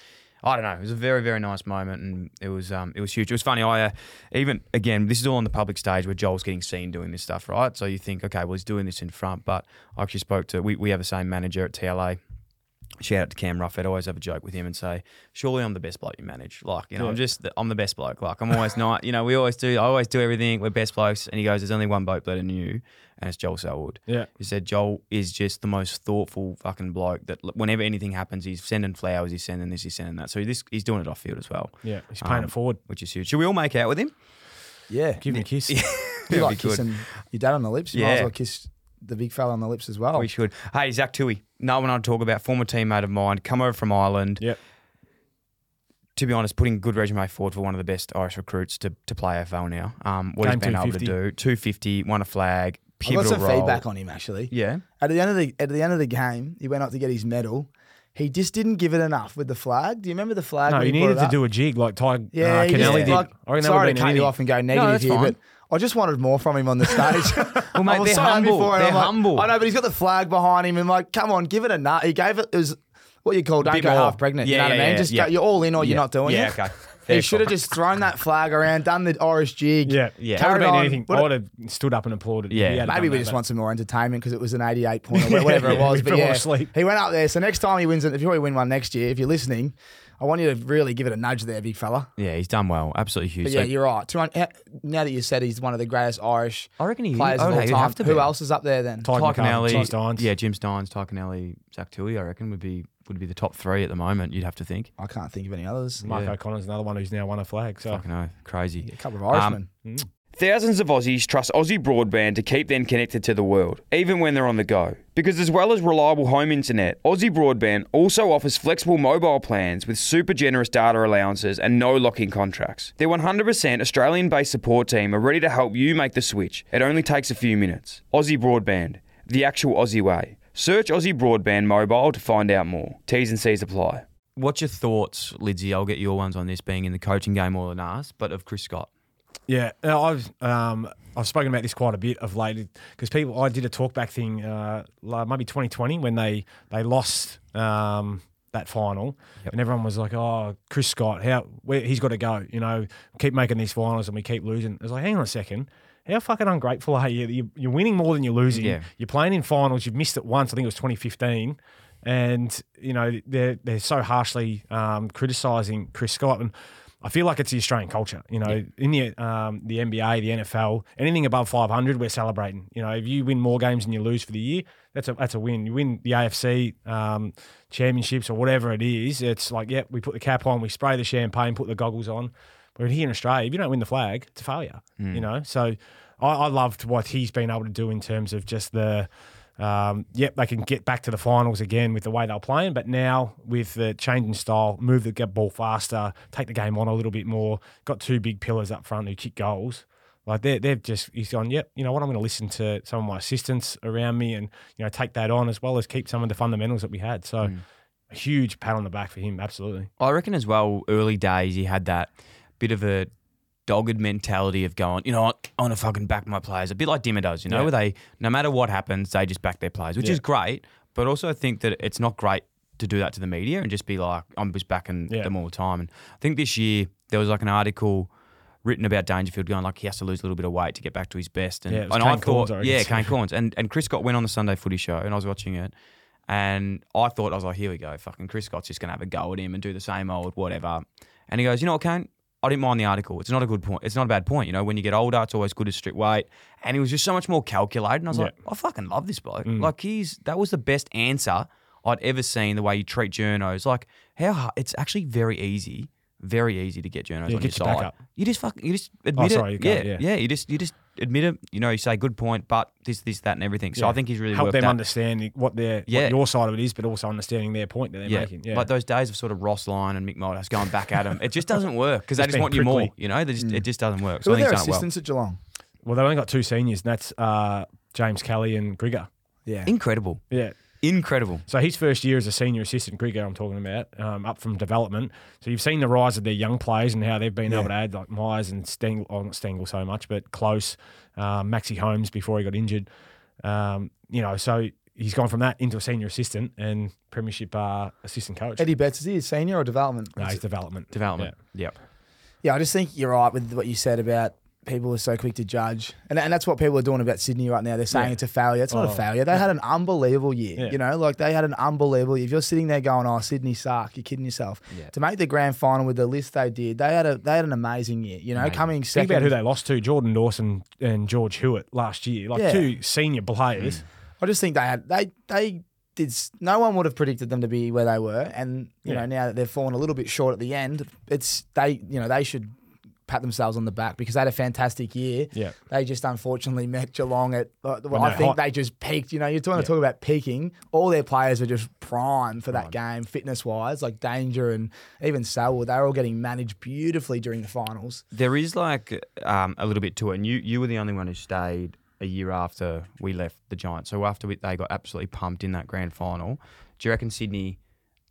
[SPEAKER 2] I I don't know. It was a very, very nice moment, and it was um, it was huge. It was funny. I uh, even again, this is all on the public stage where Joel's getting seen doing this stuff, right? So you think, okay, well he's doing this in front, but I actually spoke to we we have the same manager at TLA. Shout out to Cam Ruff. I'd always have a joke with him and say, "Surely I'm the best bloke you manage." Like, you know, I'm just the, I'm the best bloke. Like, I'm always not. You know, we always do. I always do everything. We're best blokes. And he goes, "There's only one bloke better than you, and it's Joel Selwood."
[SPEAKER 4] Yeah.
[SPEAKER 2] He said Joel is just the most thoughtful fucking bloke. That l- whenever anything happens, he's sending flowers. He's sending this. He's sending that. So this he's doing it off field as well.
[SPEAKER 4] Yeah, he's paying
[SPEAKER 2] Um,
[SPEAKER 4] it forward.
[SPEAKER 2] which is huge. Should we all make out with him?
[SPEAKER 3] Yeah.
[SPEAKER 4] Give him a kiss.
[SPEAKER 3] You
[SPEAKER 2] That'd
[SPEAKER 3] like
[SPEAKER 2] be good.
[SPEAKER 3] kissing your dad on the lips. You might
[SPEAKER 2] Yeah.
[SPEAKER 3] as well kiss the big fella on the lips as well.
[SPEAKER 2] We should. Hey, Zach Tui, no one I'd talk about, former teammate of mine, come over from Ireland.
[SPEAKER 4] Yep.
[SPEAKER 2] To be honest, putting a good resume forward for one of the best Irish recruits to, to play AFL now. Um, what
[SPEAKER 4] Game
[SPEAKER 2] he's been able to
[SPEAKER 4] 250.
[SPEAKER 2] do, 250, won a flag,
[SPEAKER 3] I
[SPEAKER 2] pivotal
[SPEAKER 3] got some
[SPEAKER 2] role.
[SPEAKER 3] feedback on him actually.
[SPEAKER 2] Yeah.
[SPEAKER 3] At the end of the at the end of the game, he went up to get his medal. He just didn't give it enough with the flag. Do you remember the flag?
[SPEAKER 4] no,
[SPEAKER 3] when
[SPEAKER 4] you
[SPEAKER 3] brought
[SPEAKER 4] needed
[SPEAKER 3] it
[SPEAKER 4] to
[SPEAKER 3] up?
[SPEAKER 4] do a jig like Ty
[SPEAKER 3] Yeah,
[SPEAKER 4] uh,
[SPEAKER 3] he just,
[SPEAKER 4] Canelli did.
[SPEAKER 3] Like,
[SPEAKER 4] I
[SPEAKER 3] sorry
[SPEAKER 4] reckon that would
[SPEAKER 3] to
[SPEAKER 4] have
[SPEAKER 3] cut
[SPEAKER 4] been
[SPEAKER 3] you
[SPEAKER 4] an
[SPEAKER 3] off and go negative
[SPEAKER 2] that's
[SPEAKER 3] here,
[SPEAKER 2] fine.
[SPEAKER 3] but I just wanted more from him on the stage. well,
[SPEAKER 2] mate,
[SPEAKER 3] I was
[SPEAKER 2] they're
[SPEAKER 3] so happy
[SPEAKER 2] humble.
[SPEAKER 3] for it. I'm
[SPEAKER 2] They're
[SPEAKER 3] like,
[SPEAKER 2] humble.
[SPEAKER 3] I know, but he's got the flag behind him and like, come on, give it a nut. He gave it. It was what you call don't
[SPEAKER 2] Bit
[SPEAKER 3] go
[SPEAKER 2] more.
[SPEAKER 3] half pregnant.
[SPEAKER 2] Yeah,
[SPEAKER 3] you know
[SPEAKER 2] yeah,
[SPEAKER 3] what I mean?
[SPEAKER 2] yeah,
[SPEAKER 3] just
[SPEAKER 2] yeah.
[SPEAKER 3] go, you're all in or you're
[SPEAKER 2] Yeah.
[SPEAKER 3] not doing
[SPEAKER 2] Yeah,
[SPEAKER 3] it.
[SPEAKER 2] okay.
[SPEAKER 3] He
[SPEAKER 2] Fair
[SPEAKER 3] should have
[SPEAKER 2] call.
[SPEAKER 3] just thrown that flag around, done the Irish jig.
[SPEAKER 4] Yeah,
[SPEAKER 2] Yeah.
[SPEAKER 3] Carried
[SPEAKER 4] That would have been
[SPEAKER 3] on.
[SPEAKER 4] anything.
[SPEAKER 3] What-
[SPEAKER 4] I would have stood up and applauded.
[SPEAKER 2] Yeah.
[SPEAKER 4] He had
[SPEAKER 3] Maybe
[SPEAKER 4] done
[SPEAKER 3] we
[SPEAKER 4] that,
[SPEAKER 3] just
[SPEAKER 4] but-
[SPEAKER 3] want some more entertainment because it was an 88 point or whatever it
[SPEAKER 4] Yeah,
[SPEAKER 3] was.
[SPEAKER 4] we
[SPEAKER 3] But
[SPEAKER 4] fell
[SPEAKER 3] yeah,
[SPEAKER 4] asleep.
[SPEAKER 3] he went up there. So next time he wins it, if you win one next year, if you're listening, I want you to really give it a nudge there, big fella.
[SPEAKER 2] Yeah, he's done well. Absolutely huge.
[SPEAKER 3] But yeah,
[SPEAKER 2] So-
[SPEAKER 3] you're right. 200, now that you said he's one of the greatest Irish
[SPEAKER 2] I reckon he is.
[SPEAKER 3] players
[SPEAKER 2] Oh,
[SPEAKER 3] of all
[SPEAKER 2] he'd
[SPEAKER 3] time,
[SPEAKER 2] have to
[SPEAKER 3] who
[SPEAKER 2] be.
[SPEAKER 3] else is up there then?
[SPEAKER 4] Ty
[SPEAKER 2] Ty
[SPEAKER 4] McCarthy,
[SPEAKER 2] Canelli,
[SPEAKER 4] Ty Steins.
[SPEAKER 2] yeah, Jim Steins, Ty Canelli, Zach Tui, I reckon would be would be the top three at the moment. You'd have to think.
[SPEAKER 3] I can't think of any others.
[SPEAKER 4] Mark
[SPEAKER 2] Yeah.
[SPEAKER 4] O'Connor's another one who's now won a flag. So
[SPEAKER 2] Fucking know, crazy.
[SPEAKER 3] A couple of Irishmen.
[SPEAKER 1] Thousands of Aussies trust Aussie Broadband to keep them connected to the world, even when they're on the go. Because as well as reliable home internet, Aussie Broadband also offers flexible mobile plans with super generous data allowances and no lock-in contracts. Their 100% Australian-based support team are ready to help you make the switch. It only takes a few minutes. Aussie Broadband, the actual Aussie way. Search Aussie Broadband Mobile to find out more. T's and C's apply.
[SPEAKER 2] What's your thoughts, Lidsey? I'll get your ones on this being in the coaching game or the NAS, but of Chris Scott.
[SPEAKER 4] Yeah, and I've um, I've spoken about this quite a bit of late because people I did a talkback thing uh, la- maybe 2020 when they they lost um, that final and everyone was like, oh, Chris Scott, how where, he's got to go, you know, keep making these finals and we keep losing. I was like, hang on a second. How fucking ungrateful are you? You- You're winning more than you're losing.
[SPEAKER 2] Yeah.
[SPEAKER 4] You're playing in finals. You've missed it once. I think it was 2015, and you know they're they're so harshly um, criticizing Chris Scott, and I feel like it's the Australian culture. You know, in the um, the NBA, the NFL, anything above 500, we're celebrating. You know, if you win more games than you lose for the year, that's a that's a win. You win the AFC um, championships or whatever it is. It's like, yeah, we put the cap on, we spray the champagne, put the goggles on. But here in Australia, if you don't win the flag, it's a failure. You know, so I, I loved what he's been able to do in terms of just the, um, yep, they can get back to the finals again with the way they're playing, but now with the change in style, move the g- ball faster, take the game on a little bit more. Got two big pillars up front who kick goals. Like they they've just he's gone. Yep, you know what? I'm going to listen to some of my assistants around me, and you know take that on as well as keep some of the fundamentals that we had. So. A huge pat on the back for him, absolutely.
[SPEAKER 2] I reckon as well, early days, he had that bit of a dogged mentality of going, you know what, I want to fucking back my players. A bit like Dimmer does, you know,
[SPEAKER 4] Yeah.
[SPEAKER 2] where they, no matter what happens, they just back their players, which
[SPEAKER 4] Yeah.
[SPEAKER 2] is great. But also, I think that it's not great to do that to the media and just be like, I'm just backing
[SPEAKER 4] Yeah.
[SPEAKER 2] them all the time. And I think this year, there was like an article written about Dangerfield going, like, he has to lose a little bit of weight to get back to his best. And,
[SPEAKER 4] Yeah, it was
[SPEAKER 2] and I
[SPEAKER 4] Kane Corns,
[SPEAKER 2] thought,
[SPEAKER 4] I reckon.
[SPEAKER 2] yeah, Kane Corns. And, and Chris Scott went on the Sunday footy show, and I was watching it. And I thought, I was like, here we go. Fucking Chris Scott's just going to have a go at him and do the same old whatever. And he goes, you know what, Kane? I didn't mind the article. It's not a good point. It's not a bad point. You know, when you get older, it's always good to strip weight. And he was just so much more calculated. And I was like, I fucking love this bloke.
[SPEAKER 4] Mm.
[SPEAKER 2] Like, he's, that was the best answer I'd ever seen the way you treat journos. Like, how, hard- it's actually very easy, very easy to get journos
[SPEAKER 4] Yeah,
[SPEAKER 2] on
[SPEAKER 4] get
[SPEAKER 2] your
[SPEAKER 4] your back
[SPEAKER 2] side.
[SPEAKER 4] up. Oh,
[SPEAKER 2] You just fucking, you just admit
[SPEAKER 4] sorry, you
[SPEAKER 2] it.
[SPEAKER 4] can't,
[SPEAKER 2] yeah,
[SPEAKER 4] yeah.
[SPEAKER 2] You just, you just admit it. You know, you say good point, but this, this, that, and everything. So I think he's really
[SPEAKER 4] help
[SPEAKER 2] worked
[SPEAKER 4] them
[SPEAKER 2] out.
[SPEAKER 4] understand what their
[SPEAKER 2] Yeah.
[SPEAKER 4] what your side of it is, but also understanding their point that they're
[SPEAKER 2] Yeah.
[SPEAKER 4] making. Yeah,
[SPEAKER 2] Like those days of sort of Ross Lyon and Mick Muldass going back at him. It just doesn't work because they
[SPEAKER 4] Just
[SPEAKER 2] just
[SPEAKER 4] being
[SPEAKER 2] want you more.
[SPEAKER 4] prickly. Mm.
[SPEAKER 2] You know, they just, it just doesn't work.
[SPEAKER 3] Who
[SPEAKER 2] So
[SPEAKER 3] were
[SPEAKER 2] I think
[SPEAKER 3] their
[SPEAKER 2] he's done it well.
[SPEAKER 3] assistants at Geelong?
[SPEAKER 4] well, they only got two seniors, and that's uh, James Kelly and Grigger.
[SPEAKER 3] Yeah.
[SPEAKER 2] Incredible.
[SPEAKER 4] Yeah.
[SPEAKER 2] Incredible.
[SPEAKER 4] So his first year as a senior assistant, Grigger, I'm talking about, um, up from development. So you've seen the rise of their young players and how they've been able to add like Myers and Stengel, oh, not Stengel so much, but close, um, Maxi Holmes before he got injured. Um, you know, so he's gone from that into a senior assistant and premiership uh, assistant coach.
[SPEAKER 3] Eddie Betts, is he a senior or development?
[SPEAKER 4] no, he's development.
[SPEAKER 2] Development.
[SPEAKER 4] Yeah.
[SPEAKER 2] Yep.
[SPEAKER 3] Yeah, I just think you're right with what you said about people are so quick to judge. And, and that's what people are doing about Sydney right now. They're saying it's a failure. It's not
[SPEAKER 4] Oh,
[SPEAKER 3] a failure. They had an unbelievable year.
[SPEAKER 4] Yeah.
[SPEAKER 3] You know, like they had an unbelievable If you're sitting there going, oh, Sydney suck, you're kidding yourself. To make the grand final with the list they did, they had a they had an amazing year. You know, coming
[SPEAKER 4] Think
[SPEAKER 3] second.
[SPEAKER 4] about who they lost to: Jordan Dawson and George Hewitt last year, like
[SPEAKER 3] Yeah.
[SPEAKER 4] two senior
[SPEAKER 2] Mm.
[SPEAKER 4] players.
[SPEAKER 3] I just think they had they they did. s- No one would have predicted them to be where they were, and you
[SPEAKER 4] Yeah.
[SPEAKER 3] know now that they've fallen a little bit short at the end, it's they you know they should pat themselves on the back because they had a fantastic year.
[SPEAKER 4] Yeah.
[SPEAKER 3] they just unfortunately met Geelong at. Uh, well,
[SPEAKER 4] they're
[SPEAKER 3] I think
[SPEAKER 4] hot.
[SPEAKER 3] they just peaked. You know, you're talking to talk about peaking. All their players were just prime for that game, fitness wise, like Danger and even Selwood. They were all getting managed beautifully during the finals.
[SPEAKER 2] There is like um, a little bit to it, and you you were the only one who stayed a year after we left the Giants. So after we, they got absolutely pumped in that grand final, do you reckon Sydney?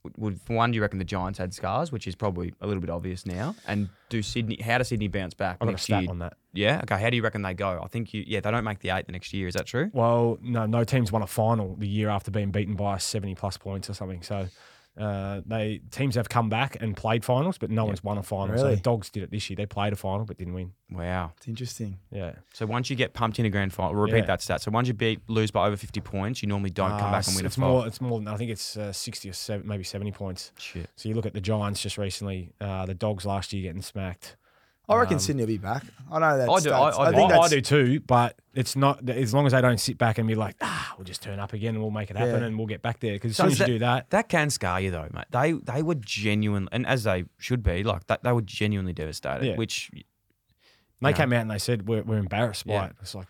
[SPEAKER 2] would- Would for one, do you reckon the Giants had scars, which is probably a little bit obvious now? And do Sydney? How does Sydney bounce back?
[SPEAKER 4] I've got a
[SPEAKER 2] next
[SPEAKER 4] stat
[SPEAKER 2] year?
[SPEAKER 4] on that.
[SPEAKER 2] Yeah. Okay. How do you reckon they go? I think you. Yeah, they don't make the eight the next year. Is that true?
[SPEAKER 4] Well, no, no team's won a final the year after being beaten by seventy plus points or something. So. Uh, they teams have come back and played finals, but no one's won a final. So the
[SPEAKER 3] Really?
[SPEAKER 4] Dogs did it this year. They played a final but didn't win.
[SPEAKER 2] Wow.
[SPEAKER 3] It's interesting.
[SPEAKER 4] Yeah,
[SPEAKER 2] So once you get pumped in a grand final, repeat
[SPEAKER 4] Yeah.
[SPEAKER 2] that stat. So once you beat lose by over fifty points, you normally don't come
[SPEAKER 4] Uh,
[SPEAKER 2] back and win a
[SPEAKER 4] it's
[SPEAKER 2] final.
[SPEAKER 4] more. It's more than I think it's uh, sixty or seven, maybe seventy points.
[SPEAKER 2] Shit.
[SPEAKER 4] So you look at the Giants just recently, uh, the Dogs last year getting smacked.
[SPEAKER 3] I reckon Sydney will be back. I know that's.
[SPEAKER 2] I do- I-
[SPEAKER 3] that's-
[SPEAKER 2] I do.
[SPEAKER 4] I,
[SPEAKER 3] think
[SPEAKER 4] I,
[SPEAKER 3] that's,
[SPEAKER 4] do too, but it's not as long as they don't sit back and be like, ah, we'll just turn up again and we'll make it happen
[SPEAKER 3] Yeah.
[SPEAKER 4] and we'll get back there. Because as soon as you
[SPEAKER 2] that,
[SPEAKER 4] do that,
[SPEAKER 2] that can scar you though, mate. They they were genuine, and as they should be, like that, they were genuinely devastated.
[SPEAKER 4] Yeah.
[SPEAKER 2] Which
[SPEAKER 4] they
[SPEAKER 2] yeah.
[SPEAKER 4] came out and they said we're, we're embarrassed by
[SPEAKER 2] Yeah.
[SPEAKER 4] it. It's like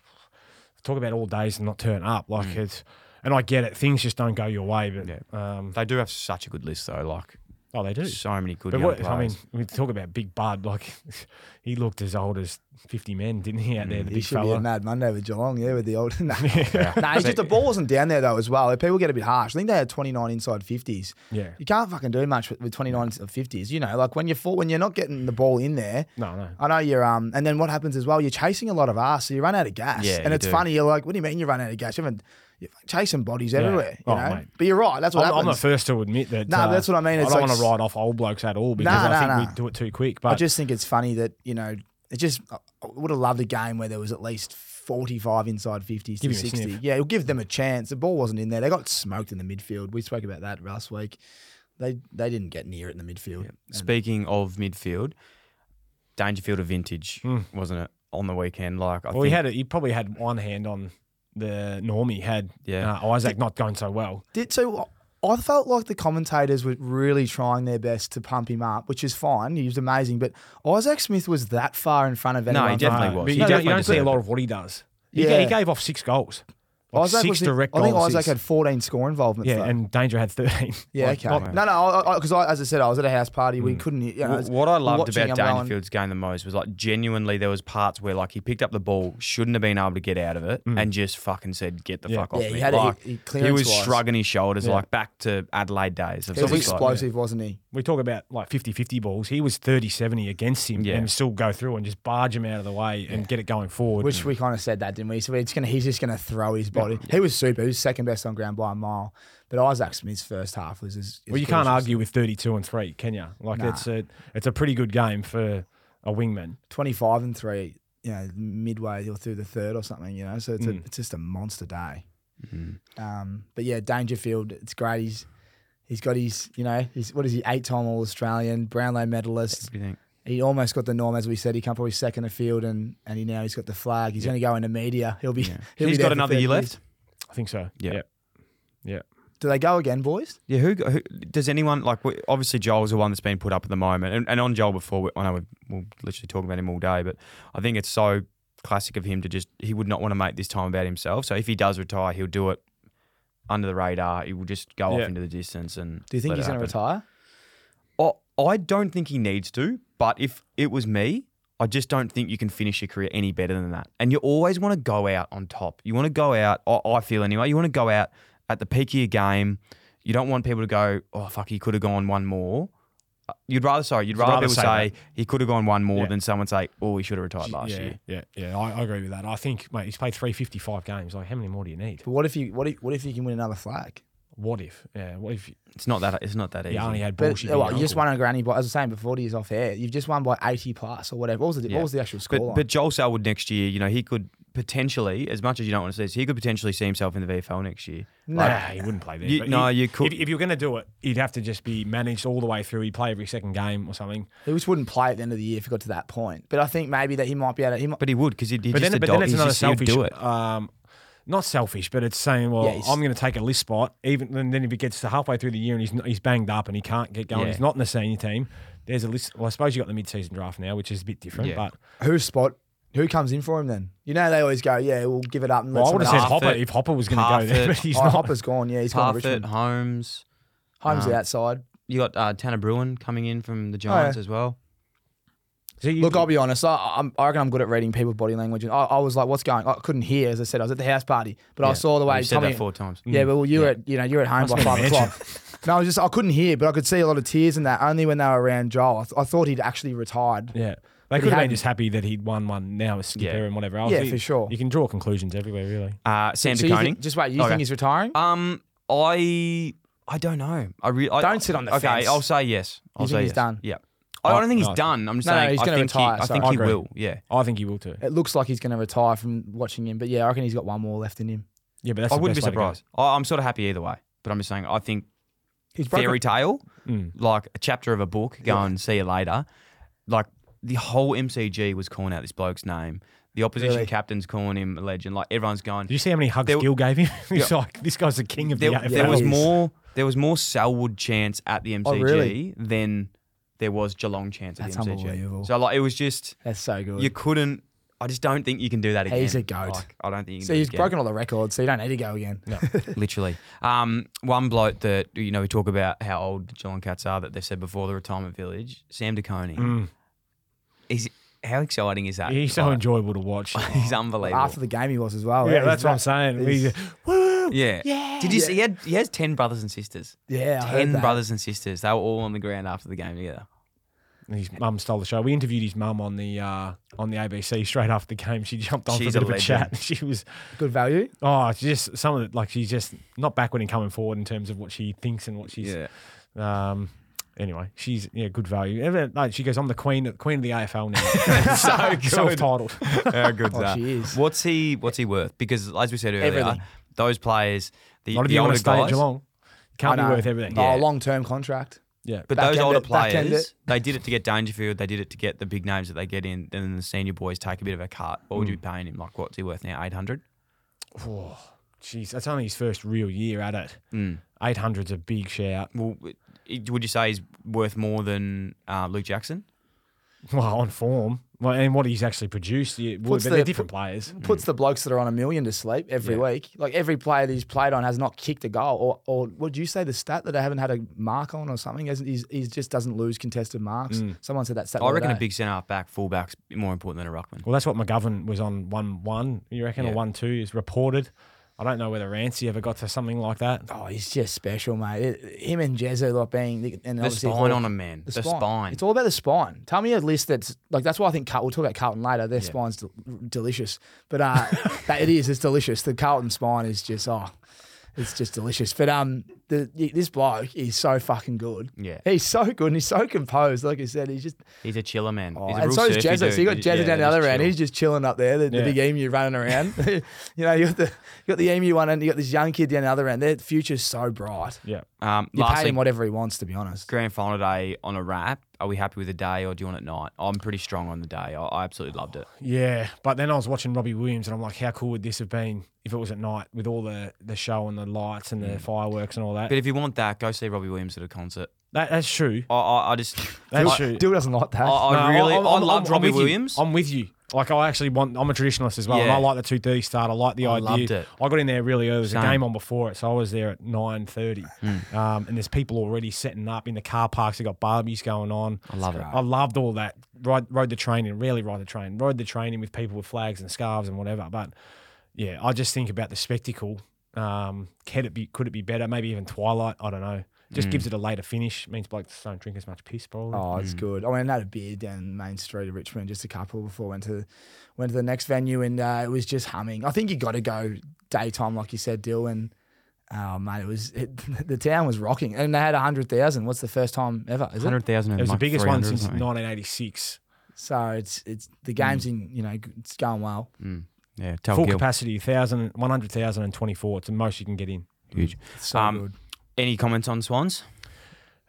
[SPEAKER 4] talk about all days and not turn up. Like
[SPEAKER 3] Mm.
[SPEAKER 4] it's, and I get it. Things just don't go your way, but
[SPEAKER 2] Yeah.
[SPEAKER 4] um,
[SPEAKER 2] they do have such a good list though, like
[SPEAKER 4] oh, they do.
[SPEAKER 2] so many good.
[SPEAKER 4] But
[SPEAKER 2] Young
[SPEAKER 4] what,
[SPEAKER 2] players.
[SPEAKER 4] I mean, we talk about Big Bud. Like he looked as old as fifty men, didn't he? Out there, the
[SPEAKER 3] Mm, He
[SPEAKER 4] big
[SPEAKER 3] should be a
[SPEAKER 4] fella.
[SPEAKER 3] mad Monday with Geelong, yeah, with the old. Nah,
[SPEAKER 4] Yeah.
[SPEAKER 3] nah it's just the ball wasn't down there though as well. People get a bit harsh. I think they had 29 inside 50s.
[SPEAKER 4] Yeah.
[SPEAKER 3] You can't fucking do much with, with 29 inside 50s. You know, like when you're full, when you're not getting the ball in there.
[SPEAKER 4] No, no.
[SPEAKER 3] I know you're um, and then what happens as well? You're chasing a lot of ass, so you run out of gas.
[SPEAKER 2] Yeah,
[SPEAKER 3] and
[SPEAKER 2] you
[SPEAKER 3] it's
[SPEAKER 2] do.
[SPEAKER 3] funny. You're like, what do you mean you run out of gas? You haven't, you're chasing bodies everywhere. You
[SPEAKER 4] Oh,
[SPEAKER 3] know?
[SPEAKER 4] mate.
[SPEAKER 3] But you're right. That's what
[SPEAKER 4] I'm, I'm
[SPEAKER 3] happens.
[SPEAKER 4] the first to admit that. uh,
[SPEAKER 3] Nah, but that's what I mean.
[SPEAKER 4] I
[SPEAKER 3] It's
[SPEAKER 4] don't
[SPEAKER 3] like
[SPEAKER 4] want
[SPEAKER 3] s-
[SPEAKER 4] to write off old blokes at all because
[SPEAKER 3] Nah,
[SPEAKER 4] I
[SPEAKER 3] nah,
[SPEAKER 4] think
[SPEAKER 3] nah.
[SPEAKER 4] we do it too quick.
[SPEAKER 3] I
[SPEAKER 4] But
[SPEAKER 3] just think it's funny that you know it just I would have loved a game where there was at least forty five inside fifties
[SPEAKER 4] Give
[SPEAKER 3] to
[SPEAKER 4] him a
[SPEAKER 3] sixty.
[SPEAKER 4] sniff.
[SPEAKER 3] Yeah, it'll give them a chance. The ball wasn't in there. They got smoked in the midfield. We spoke about that last week. They they didn't get near it in the midfield.
[SPEAKER 2] speaking of midfield, Dangerfield of vintage, wasn't it on the weekend? Like I
[SPEAKER 4] Hmm. well, he
[SPEAKER 2] think
[SPEAKER 4] had a, he probably had one hand on the norm he had.
[SPEAKER 2] Yeah.
[SPEAKER 4] uh, Isaac not going so well.
[SPEAKER 3] Did so. I felt like the commentators were really trying their best to pump him up, which is fine. He was amazing, but Isaac Smith was that far in front of
[SPEAKER 2] he
[SPEAKER 3] anyone.
[SPEAKER 2] definitely
[SPEAKER 4] Uh,
[SPEAKER 2] was.
[SPEAKER 4] but
[SPEAKER 2] He
[SPEAKER 4] you, don't,
[SPEAKER 2] definitely
[SPEAKER 4] you don't see a
[SPEAKER 2] deserved
[SPEAKER 4] lot
[SPEAKER 2] it.
[SPEAKER 4] of what he does. He, ga-
[SPEAKER 3] Yeah.
[SPEAKER 4] he gave off six goals. Like
[SPEAKER 3] Isaac
[SPEAKER 4] six
[SPEAKER 3] was the-
[SPEAKER 4] direct
[SPEAKER 3] I think
[SPEAKER 4] goals.
[SPEAKER 3] Isaac had fourteen score involvements.
[SPEAKER 4] yeah,
[SPEAKER 3] though.
[SPEAKER 4] and Danger had thirteen.
[SPEAKER 3] Yeah,
[SPEAKER 4] Like,
[SPEAKER 3] okay.
[SPEAKER 4] not-
[SPEAKER 3] no, no, because I, as I said, I was at a house party. We couldn't. You
[SPEAKER 4] uh,
[SPEAKER 3] know,
[SPEAKER 2] Wh- what I loved
[SPEAKER 3] watching
[SPEAKER 2] about
[SPEAKER 3] him going-
[SPEAKER 2] Dangerfield's game the most was like genuinely there was parts where like he picked up the ball, shouldn't have been able to get out of it, and just fucking said, "Get the
[SPEAKER 4] Hmm. Yeah.
[SPEAKER 2] fuck off
[SPEAKER 3] Yeah, he
[SPEAKER 2] me!"
[SPEAKER 3] had a-
[SPEAKER 2] like,
[SPEAKER 3] he- he
[SPEAKER 2] he was
[SPEAKER 3] clearance-wise.
[SPEAKER 2] shrugging his shoulders
[SPEAKER 4] Yeah.
[SPEAKER 2] like back to Adelaide days. Of
[SPEAKER 3] He was
[SPEAKER 2] just, like-
[SPEAKER 3] explosive, wasn't he?
[SPEAKER 4] we talk about like 50-50 balls. He was 30-70 against him
[SPEAKER 2] Yeah.
[SPEAKER 4] and still go through and just barge him out of the way and get it going forward.
[SPEAKER 3] Which we kind of said that, didn't we? So it's gonna, he's just going to throw his body. He was super. He was second best on ground by a mile. But Isaac Smith's first half was as.
[SPEAKER 4] Well, you can't argue with 32 and 3, can you? Like, it's, a, it's a pretty good game for a wingman.
[SPEAKER 3] 25 and 3, you know, midway or through the third or something, you know. So it's, a, it's just a monster day. Um, but yeah, Dangerfield, it's great. He's He's got his, you know, his, what is he, eight time All Australian, Brownlow medalist.
[SPEAKER 2] Everything.
[SPEAKER 3] He almost got the norm, as we said. He come probably second in field, and and he now he's got the flag. He's going to go into media. He'll be. He'll
[SPEAKER 2] He's
[SPEAKER 3] be
[SPEAKER 2] got
[SPEAKER 3] there for
[SPEAKER 2] another
[SPEAKER 3] 30
[SPEAKER 2] year
[SPEAKER 3] years.
[SPEAKER 2] left.
[SPEAKER 4] I think so.
[SPEAKER 2] Yeah.
[SPEAKER 4] Yeah. Yeah.
[SPEAKER 3] Do they go again, boys?
[SPEAKER 2] Yeah, who, who does anyone like? we- Obviously, Joel's the one that's been put up at the moment, and, and on Joel before. We, I know we've, we'll literally talk about him all day, but I think it's so classic of him to just he would not want to make this time about himself. So if he does retire, he'll do it under the radar. He will just go
[SPEAKER 4] Yeah.
[SPEAKER 2] off into the distance. And
[SPEAKER 3] Do you think
[SPEAKER 2] let
[SPEAKER 3] he's
[SPEAKER 2] it
[SPEAKER 3] going to
[SPEAKER 2] happen.
[SPEAKER 3] retire?
[SPEAKER 2] I, I don't think he needs to, but if it was me, I just don't think you can finish your career any better than that. And you always want to go out on top. You want to go out, I, I feel anyway, you want to go out at the peak of your game. You don't want people to go, oh, fuck, he could have gone one more. You'd rather sorry, you'd rather,
[SPEAKER 4] rather
[SPEAKER 2] people
[SPEAKER 4] say
[SPEAKER 2] say, he could have gone one more
[SPEAKER 4] Yeah.
[SPEAKER 2] than someone say, oh, he should have retired last
[SPEAKER 4] yeah,
[SPEAKER 2] year.
[SPEAKER 4] yeah, yeah. I, I agree with that. I think, mate, he's played 355 games. Like, how many more do you need?
[SPEAKER 3] But what if you what if, what if you can win another flag?
[SPEAKER 4] What if? Yeah, what if you
[SPEAKER 2] It's not that. It's not that easy.
[SPEAKER 4] only had
[SPEAKER 3] But
[SPEAKER 2] oh,
[SPEAKER 3] oh,
[SPEAKER 4] bullshit? in
[SPEAKER 3] well,
[SPEAKER 4] your
[SPEAKER 3] you just
[SPEAKER 4] uncle?
[SPEAKER 3] won a granny by as I was saying before years off air. You've just won by eighty plus or whatever. What was the
[SPEAKER 2] Yeah.
[SPEAKER 3] what was the actual score?
[SPEAKER 2] But, but Joel Selwood next year, you know, he could potentially, as much as you don't want to see this, he could potentially see himself in the VFL next year.
[SPEAKER 3] no,
[SPEAKER 4] Nah, he wouldn't play there.
[SPEAKER 2] You-
[SPEAKER 4] but
[SPEAKER 2] no,
[SPEAKER 4] he-
[SPEAKER 2] you could-
[SPEAKER 4] If, if you're going to do it, he'd have to just be managed all the way through. He'd play every second game or something.
[SPEAKER 3] he just wouldn't play at the end of the year if he got to that point. But I think maybe that he might be able to. He might,
[SPEAKER 2] But he would because he'd, he'd
[SPEAKER 4] But
[SPEAKER 2] just
[SPEAKER 4] then, but
[SPEAKER 2] adopt.
[SPEAKER 4] then it's
[SPEAKER 2] he's
[SPEAKER 4] another
[SPEAKER 2] just, he'd
[SPEAKER 4] selfish.
[SPEAKER 2] do it.
[SPEAKER 4] Um, not selfish, but it's saying, well,
[SPEAKER 3] Yeah, he's-
[SPEAKER 4] I'm going to take a list spot. Even and then, if he gets to halfway through the year and he's n- he's banged up and he can't get going,
[SPEAKER 2] Yeah.
[SPEAKER 4] he's not in the senior team. There's a list. Well, I suppose you got the mid-season draft now, which is a bit different.
[SPEAKER 2] Yeah.
[SPEAKER 4] But
[SPEAKER 3] who spot? Who comes in for him then? You know they always go, yeah, we'll give it up. And
[SPEAKER 4] well, I
[SPEAKER 3] let
[SPEAKER 4] would have said
[SPEAKER 3] someone else."
[SPEAKER 4] Hopper
[SPEAKER 2] Parfit.
[SPEAKER 4] if Hopper was going to go there,
[SPEAKER 2] Parfit.
[SPEAKER 4] but he's
[SPEAKER 3] oh,
[SPEAKER 4] not.
[SPEAKER 3] Hopper's gone. Yeah, he's gone to
[SPEAKER 2] Parfit,
[SPEAKER 3] Richmond.
[SPEAKER 2] Holmes.
[SPEAKER 3] Holmes the
[SPEAKER 2] um,
[SPEAKER 3] outside.
[SPEAKER 2] You got uh, Tanner Bruin coming in from
[SPEAKER 3] Oh,
[SPEAKER 2] the Giants as well.
[SPEAKER 4] So you-
[SPEAKER 3] Look, I'll be honest. I, I'm, I reckon I'm good at reading people's body language. And I, I was like, "What's going?" I couldn't hear, as I said. I was at the house party, but I
[SPEAKER 2] Yeah.
[SPEAKER 3] saw the way
[SPEAKER 2] We've said
[SPEAKER 3] Tommy.
[SPEAKER 2] that Mm. four times.
[SPEAKER 3] Yeah, well, you were at, you know you were at home by five o'clock. No, I was just I couldn't hear, but I could see a lot of tears in that. Only when they were around Joel, I, th- I thought he'd actually retired.
[SPEAKER 4] Yeah. They
[SPEAKER 3] he
[SPEAKER 4] could have been
[SPEAKER 3] hadn't.
[SPEAKER 4] just happy that he'd won one now as skipper
[SPEAKER 2] Yeah.
[SPEAKER 4] and whatever else.
[SPEAKER 3] Yeah,
[SPEAKER 4] You-
[SPEAKER 3] for sure.
[SPEAKER 4] You can draw conclusions everywhere, really.
[SPEAKER 2] Uh, Sam so
[SPEAKER 3] So you think, just wait, you
[SPEAKER 2] Okay.
[SPEAKER 3] think he's retiring?
[SPEAKER 2] Um, I I don't know. I really
[SPEAKER 3] Don't sit on the
[SPEAKER 2] okay,
[SPEAKER 3] fence.
[SPEAKER 2] I'll say yes. I'll
[SPEAKER 3] You think
[SPEAKER 2] say
[SPEAKER 3] he's
[SPEAKER 2] yes.
[SPEAKER 3] done?
[SPEAKER 2] Yeah. I don't think he's
[SPEAKER 4] no, I think-
[SPEAKER 2] done. I'm just
[SPEAKER 3] No, no,
[SPEAKER 2] saying.
[SPEAKER 3] he's
[SPEAKER 2] I
[SPEAKER 3] gonna
[SPEAKER 2] think he-
[SPEAKER 3] retire,
[SPEAKER 2] I
[SPEAKER 3] so-
[SPEAKER 2] think
[SPEAKER 4] I
[SPEAKER 2] he
[SPEAKER 4] agree.
[SPEAKER 2] will. Yeah.
[SPEAKER 4] I think he will too.
[SPEAKER 3] it looks like he's going to retire from watching him, but yeah, I reckon he's got one more left in him.
[SPEAKER 4] Yeah, but that's
[SPEAKER 2] I
[SPEAKER 4] the
[SPEAKER 2] wouldn't be
[SPEAKER 4] best way to go.
[SPEAKER 2] surprised. I, I'm sort of happy either way. But I'm just saying. I think
[SPEAKER 3] He's broken.
[SPEAKER 2] fairy tale,
[SPEAKER 3] Hmm.
[SPEAKER 4] Mm.
[SPEAKER 2] like a chapter of a book. Go and see you later. Like the whole MCG was calling out this bloke's name. The opposition
[SPEAKER 3] Really?
[SPEAKER 2] captain's calling him a legend. Like everyone's going.
[SPEAKER 4] Did you see how many hugs
[SPEAKER 2] There-
[SPEAKER 4] Gill gave him? He's like, this guy's the king of
[SPEAKER 2] there,
[SPEAKER 4] the AFL.
[SPEAKER 2] there was
[SPEAKER 3] is. Oh,
[SPEAKER 2] more there was more Selwood chance at the MCG
[SPEAKER 3] really?
[SPEAKER 2] than there was Geelong chance at
[SPEAKER 3] That's
[SPEAKER 2] the MCG.
[SPEAKER 3] unbelievable.
[SPEAKER 2] So like it was just
[SPEAKER 3] That's so good.
[SPEAKER 2] you couldn't. I just don't think you can do that again.
[SPEAKER 3] He's a goat.
[SPEAKER 2] Like, I don't think you can.
[SPEAKER 3] so
[SPEAKER 2] do
[SPEAKER 3] he's
[SPEAKER 2] it again,
[SPEAKER 3] broken all the records, so you don't need to go again.
[SPEAKER 2] Literally, um, one bloke that you know we talk about how old Geelong Cats are that they've said before the retirement village. Sam DeConey.
[SPEAKER 4] Mm.
[SPEAKER 2] Is how exciting is that?
[SPEAKER 4] He's so
[SPEAKER 2] Like,
[SPEAKER 4] enjoyable to watch. yeah,
[SPEAKER 2] He's unbelievable.
[SPEAKER 3] After the game, he was as well. eh?
[SPEAKER 4] that's what I'm saying.
[SPEAKER 3] he's-
[SPEAKER 4] He's, woo!
[SPEAKER 2] yeah.
[SPEAKER 4] Yeah.
[SPEAKER 2] Did you see? He, had, he has ten brothers and sisters.
[SPEAKER 3] Yeah, I heard
[SPEAKER 2] ten
[SPEAKER 3] that.
[SPEAKER 2] brothers and sisters. They were all on the ground after the game together.
[SPEAKER 4] His mum stole the show. We interviewed his mum on the uh, on the ABC straight after the game. She jumped on
[SPEAKER 2] She's
[SPEAKER 4] for a
[SPEAKER 2] a
[SPEAKER 4] bit of a
[SPEAKER 2] legend.
[SPEAKER 4] chat. She was
[SPEAKER 3] Good value.
[SPEAKER 4] oh, it's just some of the like she's just not backward in coming forward in terms of what she thinks and what she's Um, anyway, she's yeah, good value. Ever- like, she goes, I'm the queen, queen of the AFL now.
[SPEAKER 2] so good.
[SPEAKER 4] Self-titled.
[SPEAKER 2] How good's
[SPEAKER 3] Oh,
[SPEAKER 2] that?
[SPEAKER 3] she is.
[SPEAKER 2] What's he? What's he worth? Because as we said earlier,
[SPEAKER 3] Everything.
[SPEAKER 2] those players, the,
[SPEAKER 4] Not if
[SPEAKER 2] the
[SPEAKER 4] you
[SPEAKER 2] older
[SPEAKER 4] want to stay
[SPEAKER 2] guys,
[SPEAKER 4] at Geelong. Can't
[SPEAKER 3] I
[SPEAKER 4] be
[SPEAKER 3] know.
[SPEAKER 4] worth everything.
[SPEAKER 3] Oh,
[SPEAKER 2] Yeah.
[SPEAKER 3] long term contract.
[SPEAKER 4] Yeah.
[SPEAKER 2] but
[SPEAKER 3] Back
[SPEAKER 2] those
[SPEAKER 3] end
[SPEAKER 2] older
[SPEAKER 3] it, back end
[SPEAKER 2] players,
[SPEAKER 3] it.
[SPEAKER 2] they did it to get Dangerfield. They did it to get the big names that they get in. Then the senior boys take a bit of a cut. What would you
[SPEAKER 4] Mm.
[SPEAKER 2] be paying him? Like what's he worth now? Eight hundred.
[SPEAKER 4] Oh, Jeez, that's only his first real year at it. 800's a big shout.
[SPEAKER 2] Well, w- would you say he's worth more than uh, Luke Jackson?
[SPEAKER 4] Well, on form. Well, and what he's actually produced, it would,
[SPEAKER 3] Puts
[SPEAKER 4] but
[SPEAKER 3] the-
[SPEAKER 4] they're different players.
[SPEAKER 3] Puts the blokes that are on a million to sleep every week. Like every player that he's played on has not kicked a goal, or or what do you say the stat that I haven't had a mark on or something? Hasn't he's, he just doesn't lose contested marks?
[SPEAKER 4] Mm.
[SPEAKER 3] Someone said that stat. the
[SPEAKER 2] I
[SPEAKER 3] other
[SPEAKER 2] reckon a
[SPEAKER 3] day.
[SPEAKER 2] big centre half back, fullback's more important than a ruckman.
[SPEAKER 4] Well, that's what McGovern was on 1 1, you reckon, or
[SPEAKER 2] Yeah.
[SPEAKER 4] 1 2 is reported. I don't know whether Rancy ever got to something like that.
[SPEAKER 3] Oh, he's just special, mate. It- him and Jezza like being the, and
[SPEAKER 2] The
[SPEAKER 3] obviously
[SPEAKER 2] spine
[SPEAKER 3] all-
[SPEAKER 2] on him, man. The, spine.
[SPEAKER 3] It's all about the spine. Tell me a list that's like that's why I think Carl, we'll talk about Carlton later. Their spine's del- delicious, but uh, that it is. It's delicious. The Carlton spine is just oh, it's just delicious. But um, the this bloke is so fucking good.
[SPEAKER 2] Yeah.
[SPEAKER 3] he's so good and he's so composed. Like I said, he's just
[SPEAKER 2] He's a chiller, man.
[SPEAKER 3] Oh,
[SPEAKER 2] he's a
[SPEAKER 3] and
[SPEAKER 2] real
[SPEAKER 3] so is
[SPEAKER 2] surfy
[SPEAKER 3] Jezza. So you got
[SPEAKER 2] dude.
[SPEAKER 3] Jezza
[SPEAKER 2] Yeah,
[SPEAKER 3] down the
[SPEAKER 2] just
[SPEAKER 3] other end.
[SPEAKER 2] chill.
[SPEAKER 3] He's just chilling up there, the, the
[SPEAKER 4] Yeah.
[SPEAKER 3] big emu running around. you know, you got the you got the emu one and you got this young kid down the other end. Their future's so bright.
[SPEAKER 4] Yeah.
[SPEAKER 2] Um,
[SPEAKER 3] You pay
[SPEAKER 2] lastly,
[SPEAKER 3] him whatever he wants, to be honest.
[SPEAKER 2] grand final day on a wrap. Are we happy with the day or do you want it night? I'm pretty strong on the day. I, I absolutely loved it.
[SPEAKER 4] Yeah, but then I was watching Robbie Williams and I'm like, how cool would this have been if it was at night with all the, the show and the lights and the fireworks and all that?
[SPEAKER 2] But if you want that, go see Robbie Williams at a concert.
[SPEAKER 4] that that's true.
[SPEAKER 2] I, I, I just, I,
[SPEAKER 4] That's
[SPEAKER 2] I,
[SPEAKER 4] true.
[SPEAKER 3] Dill doesn't like that.
[SPEAKER 2] I really, i
[SPEAKER 4] I'm- I'm-
[SPEAKER 2] loved
[SPEAKER 4] I'm- I'm
[SPEAKER 2] Robbie
[SPEAKER 4] with you.
[SPEAKER 2] Williams.
[SPEAKER 4] I'm with you. Like I actually want. I'm a traditionalist as well, and
[SPEAKER 2] Yeah.
[SPEAKER 4] I like the two thirty start. I like the
[SPEAKER 2] I
[SPEAKER 4] idea.
[SPEAKER 2] loved it.
[SPEAKER 4] I got in there really early. There was a
[SPEAKER 2] Same. Hmm.
[SPEAKER 4] game on before it, so I was there at nine thirty. Um, and there's people already setting up in the car parks. They got barbecues going on. I
[SPEAKER 2] love it.
[SPEAKER 4] I loved all that. Ride, rode the train in. Rarely ride the train. Rode the train in with people with flags and scarves and whatever. But yeah, I just think about the spectacle. Um, could it be? Could it be better? Maybe even Twilight. I don't know.
[SPEAKER 2] Hmm.
[SPEAKER 4] Just gives it a later finish. Means blokes don't drink as much piss, probably.
[SPEAKER 3] Oh,
[SPEAKER 2] Mm.
[SPEAKER 3] it's good. I went and had a beer down Main Street of Richmond, just a couple before I went to went to the next venue, and uh, it was just humming. I think you got to go daytime, like you said, Dylan. Oh man, it was it, the town was rocking, and they had hundred thousand. What's the first time ever? Is it?
[SPEAKER 2] Hundred thousand.
[SPEAKER 4] It was the biggest one since 1986.
[SPEAKER 3] So it's it's the game's
[SPEAKER 2] Mm.
[SPEAKER 3] in you know it's going well.
[SPEAKER 2] Yeah, tell
[SPEAKER 4] Full
[SPEAKER 2] Gil.
[SPEAKER 4] capacity, 1,000 100,000 and 24. It's the most you can get in.
[SPEAKER 2] Huge.
[SPEAKER 3] It's so
[SPEAKER 2] Um,
[SPEAKER 3] good.
[SPEAKER 2] Any comments on Swans?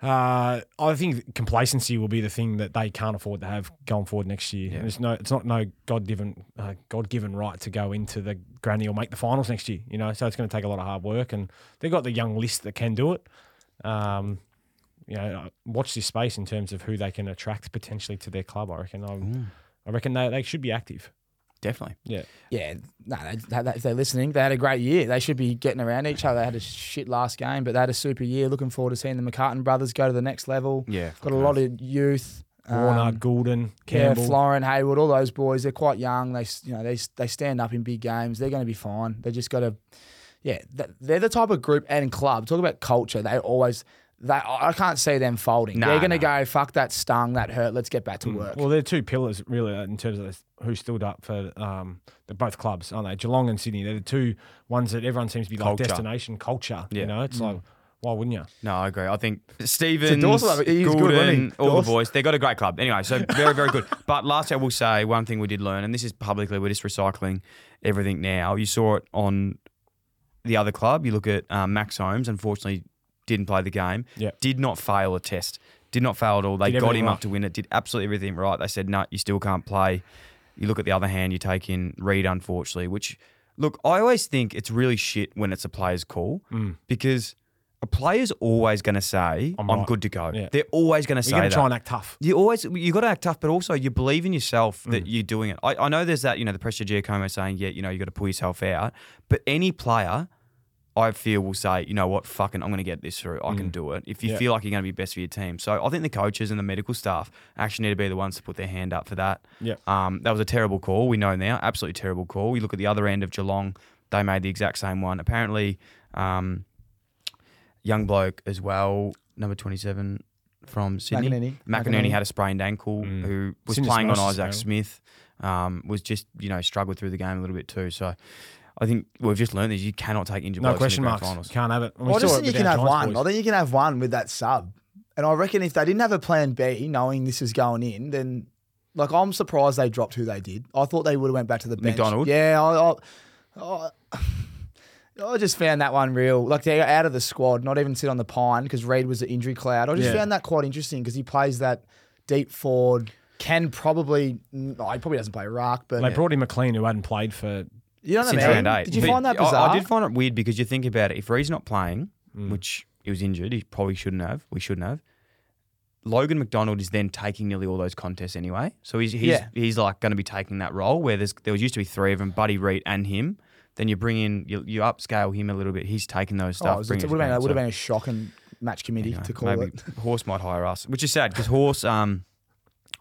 [SPEAKER 4] Uh, I think complacency will be the thing that they can't afford to have going forward next year.
[SPEAKER 2] Yeah.
[SPEAKER 4] There's no, it's not no god given, uh, god given right to go into the granny or make the finals next year. You know, so it's going to take a lot of hard work, and they've got the young list that can do it. Um, you know, uh, watch this space in terms of who they can attract potentially to their club. I reckon.
[SPEAKER 2] Mm.
[SPEAKER 4] I, I reckon they, they should be active.
[SPEAKER 2] Definitely.
[SPEAKER 4] Yeah.
[SPEAKER 3] Yeah, no, they, they- they- if they're listening, they had a great year. They should be getting around each other. They had a shit last game, but they had a super year. Looking forward to seeing the McCartan brothers go to the next level.
[SPEAKER 2] Yeah.
[SPEAKER 3] Got a lot of youth.
[SPEAKER 4] Warner,
[SPEAKER 3] um,
[SPEAKER 4] Goulden,
[SPEAKER 3] Yeah,
[SPEAKER 4] Campbell.
[SPEAKER 3] Florin, Haywood, all those boys. They're quite young. They, s- you know, they s- they stand up in big games. They're going to be fine. They just got to, yeah. th- They're the type of group and club. Talk about culture. They always, they I I can't see them folding.
[SPEAKER 2] Nah,
[SPEAKER 3] they're going to
[SPEAKER 2] nah.
[SPEAKER 3] go fuck that stung, that hurt. Let's get back to work.
[SPEAKER 4] Well, they're two pillars, really, uh, in terms of this- who stood up for um, the, both clubs, aren't they? Geelong and Sydney. They're the two ones that everyone seems to be like
[SPEAKER 2] Culture.
[SPEAKER 4] destination culture.
[SPEAKER 2] Yeah.
[SPEAKER 4] You know, it's like, why wouldn't you?
[SPEAKER 2] No, I agree. I think Stevens,
[SPEAKER 3] Dawson, like, he's good,
[SPEAKER 2] Gordon,
[SPEAKER 3] wasn't he?
[SPEAKER 2] all the
[SPEAKER 3] Dawson.
[SPEAKER 2] boys, they got a great club. Anyway, so very, very good. But last I will say one thing we did learn, and this is publicly, we're just recycling everything now. You saw it on the other club. You look at um, Max Holmes, unfortunately, didn't play the game.
[SPEAKER 4] Yeah.
[SPEAKER 2] Did not fail a test. Did not fail at all. They
[SPEAKER 4] Did
[SPEAKER 2] got
[SPEAKER 4] everything
[SPEAKER 2] him
[SPEAKER 4] right.
[SPEAKER 2] up to win it. Did absolutely everything right. They said, no, you still can't play. You look at the other hand, you take in Reed, unfortunately, which, look, I always think it's really shit when it's a player's call because a player's always going to say, I'm,
[SPEAKER 4] Mm. I'm right."
[SPEAKER 2] good to go.
[SPEAKER 4] Yeah.
[SPEAKER 2] They're always going to say that
[SPEAKER 4] You're going to try and act tough.
[SPEAKER 2] you always you got to act tough, but also you believe in yourself that
[SPEAKER 4] Mm.
[SPEAKER 2] you're doing it. I, I know there's that you know the pressure Giacomo saying yeah you know you got to pull yourself out, but any player I feel will say you know what fucking I'm going to get this through. I can do it. If you
[SPEAKER 4] Mm. Yeah.
[SPEAKER 2] feel like you're going to be best for your team, so I think the coaches and the medical staff actually need to be the ones to put their hand up for that.
[SPEAKER 4] Yeah.
[SPEAKER 2] Um, that was a terrible call. We know now, absolutely terrible call. You look at the other end of Geelong, they made the exact same one. Apparently, um, young bloke as well, number 27 from Sydney.
[SPEAKER 3] McEnany.
[SPEAKER 2] McInerney
[SPEAKER 3] McEnany.
[SPEAKER 2] had a sprained ankle who was
[SPEAKER 4] Syndesmosis
[SPEAKER 2] playing on Isaac
[SPEAKER 4] as well.
[SPEAKER 2] Smith, um, was just, you know, struggled through the game a little bit too. So I think we've just learned this. You cannot take injured
[SPEAKER 4] No
[SPEAKER 2] blokes in
[SPEAKER 4] question
[SPEAKER 2] the grand
[SPEAKER 4] marks.
[SPEAKER 2] finals.
[SPEAKER 4] Can't have it. And we
[SPEAKER 3] I
[SPEAKER 4] saw
[SPEAKER 3] just
[SPEAKER 4] it
[SPEAKER 3] think you
[SPEAKER 4] with
[SPEAKER 3] can
[SPEAKER 4] our
[SPEAKER 3] have one.
[SPEAKER 4] Giants boys.
[SPEAKER 3] I think you can have one with that sub. And I reckon if they didn't have a plan B, knowing this is going in, then like I'm surprised they dropped who they did. I thought they would have went back to the bench.
[SPEAKER 2] McDonald?
[SPEAKER 3] Yeah, I, I, I, I just found that one real. Like they're out of the squad, not even sit on the pine because Reed was the injury cloud. I just
[SPEAKER 4] Yeah.
[SPEAKER 3] found that quite interesting because he plays that deep forward. Can probably, no, he probably doesn't play rock, but
[SPEAKER 4] They brought in McLean, who hadn't played for.
[SPEAKER 3] you know what
[SPEAKER 2] Since
[SPEAKER 3] I mean.
[SPEAKER 2] round eight.
[SPEAKER 3] Did you
[SPEAKER 2] But
[SPEAKER 3] find that
[SPEAKER 2] I-
[SPEAKER 3] bizarre? Mm.
[SPEAKER 2] I, did find it weird because you think about it. If Reed's not playing, which he was injured, he probably shouldn't have. We shouldn't have. Logan McDonald is then taking nearly all those contests anyway. So he's he's,
[SPEAKER 3] Yeah.
[SPEAKER 2] he's like going to be taking that role where there's there was used to be three of them, Buddy Reed and him. Then you bring in you, you upscale him a little bit. He's taking those
[SPEAKER 3] Oh,
[SPEAKER 2] stuff.
[SPEAKER 3] it was-
[SPEAKER 2] bringing
[SPEAKER 3] it
[SPEAKER 2] it
[SPEAKER 3] would have been,
[SPEAKER 2] down.
[SPEAKER 3] it would have
[SPEAKER 2] So,
[SPEAKER 3] been a shocking match committee
[SPEAKER 2] you know,
[SPEAKER 3] to call
[SPEAKER 2] maybe
[SPEAKER 3] it.
[SPEAKER 2] Horse might hire us, which is sad because Horse. Um,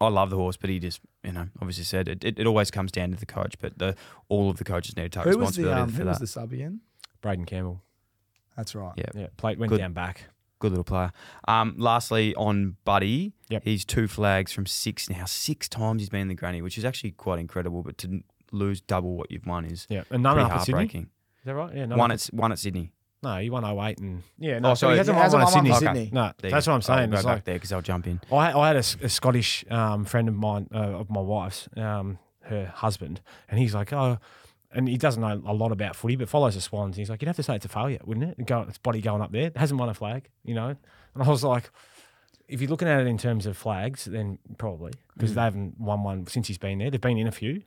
[SPEAKER 2] I love the horse, but he just, you know, obviously said it, it, it always comes down to the coach, but the, all of the coaches need to take
[SPEAKER 3] Who was the
[SPEAKER 2] responsibility
[SPEAKER 3] um,
[SPEAKER 2] for
[SPEAKER 3] who
[SPEAKER 2] that.
[SPEAKER 3] was the sub again?
[SPEAKER 4] Braden Campbell.
[SPEAKER 3] That's right.
[SPEAKER 2] Yeah.
[SPEAKER 4] Yeah, played went
[SPEAKER 2] Good.
[SPEAKER 4] down back.
[SPEAKER 2] good little player. Um, lastly, on Buddy,
[SPEAKER 4] Yep.
[SPEAKER 2] he's two flags from six now. Six times he's been in the granny, which is actually quite incredible. But to n- lose double what you've won is
[SPEAKER 4] Yeah, and none
[SPEAKER 2] pretty
[SPEAKER 4] up at Sydney. Is
[SPEAKER 2] heartbreaking.
[SPEAKER 4] that right? Yeah, none
[SPEAKER 2] One
[SPEAKER 4] up
[SPEAKER 2] at S- one at Sydney.
[SPEAKER 4] at- No, he won 08 and yeah. No,
[SPEAKER 2] Oh,
[SPEAKER 4] so he
[SPEAKER 2] sorry.
[SPEAKER 3] He
[SPEAKER 4] hasn't won
[SPEAKER 3] hasn't
[SPEAKER 4] one at
[SPEAKER 3] won
[SPEAKER 4] Sydney.
[SPEAKER 3] one
[SPEAKER 2] Okay.
[SPEAKER 3] Sydney.
[SPEAKER 4] No,
[SPEAKER 2] There you
[SPEAKER 4] that's
[SPEAKER 2] go.
[SPEAKER 4] what I'm saying.
[SPEAKER 2] I'll go
[SPEAKER 4] It's
[SPEAKER 2] back
[SPEAKER 4] like-
[SPEAKER 2] there because I'll jump in.
[SPEAKER 4] I, I had a, S- a Scottish um, friend of mine, uh, of my wife's, um, her husband, and he's like, oh, and he doesn't know a lot about footy, but follows the Swans. And he's like, you'd have to say it's a failure, wouldn't it? Go, it's body going up there. It hasn't won a flag, you know? And I was like, if you're looking at it in terms of flags, then probably,
[SPEAKER 2] Mm.
[SPEAKER 4] because they haven't won one since he's been there. They've been in a few.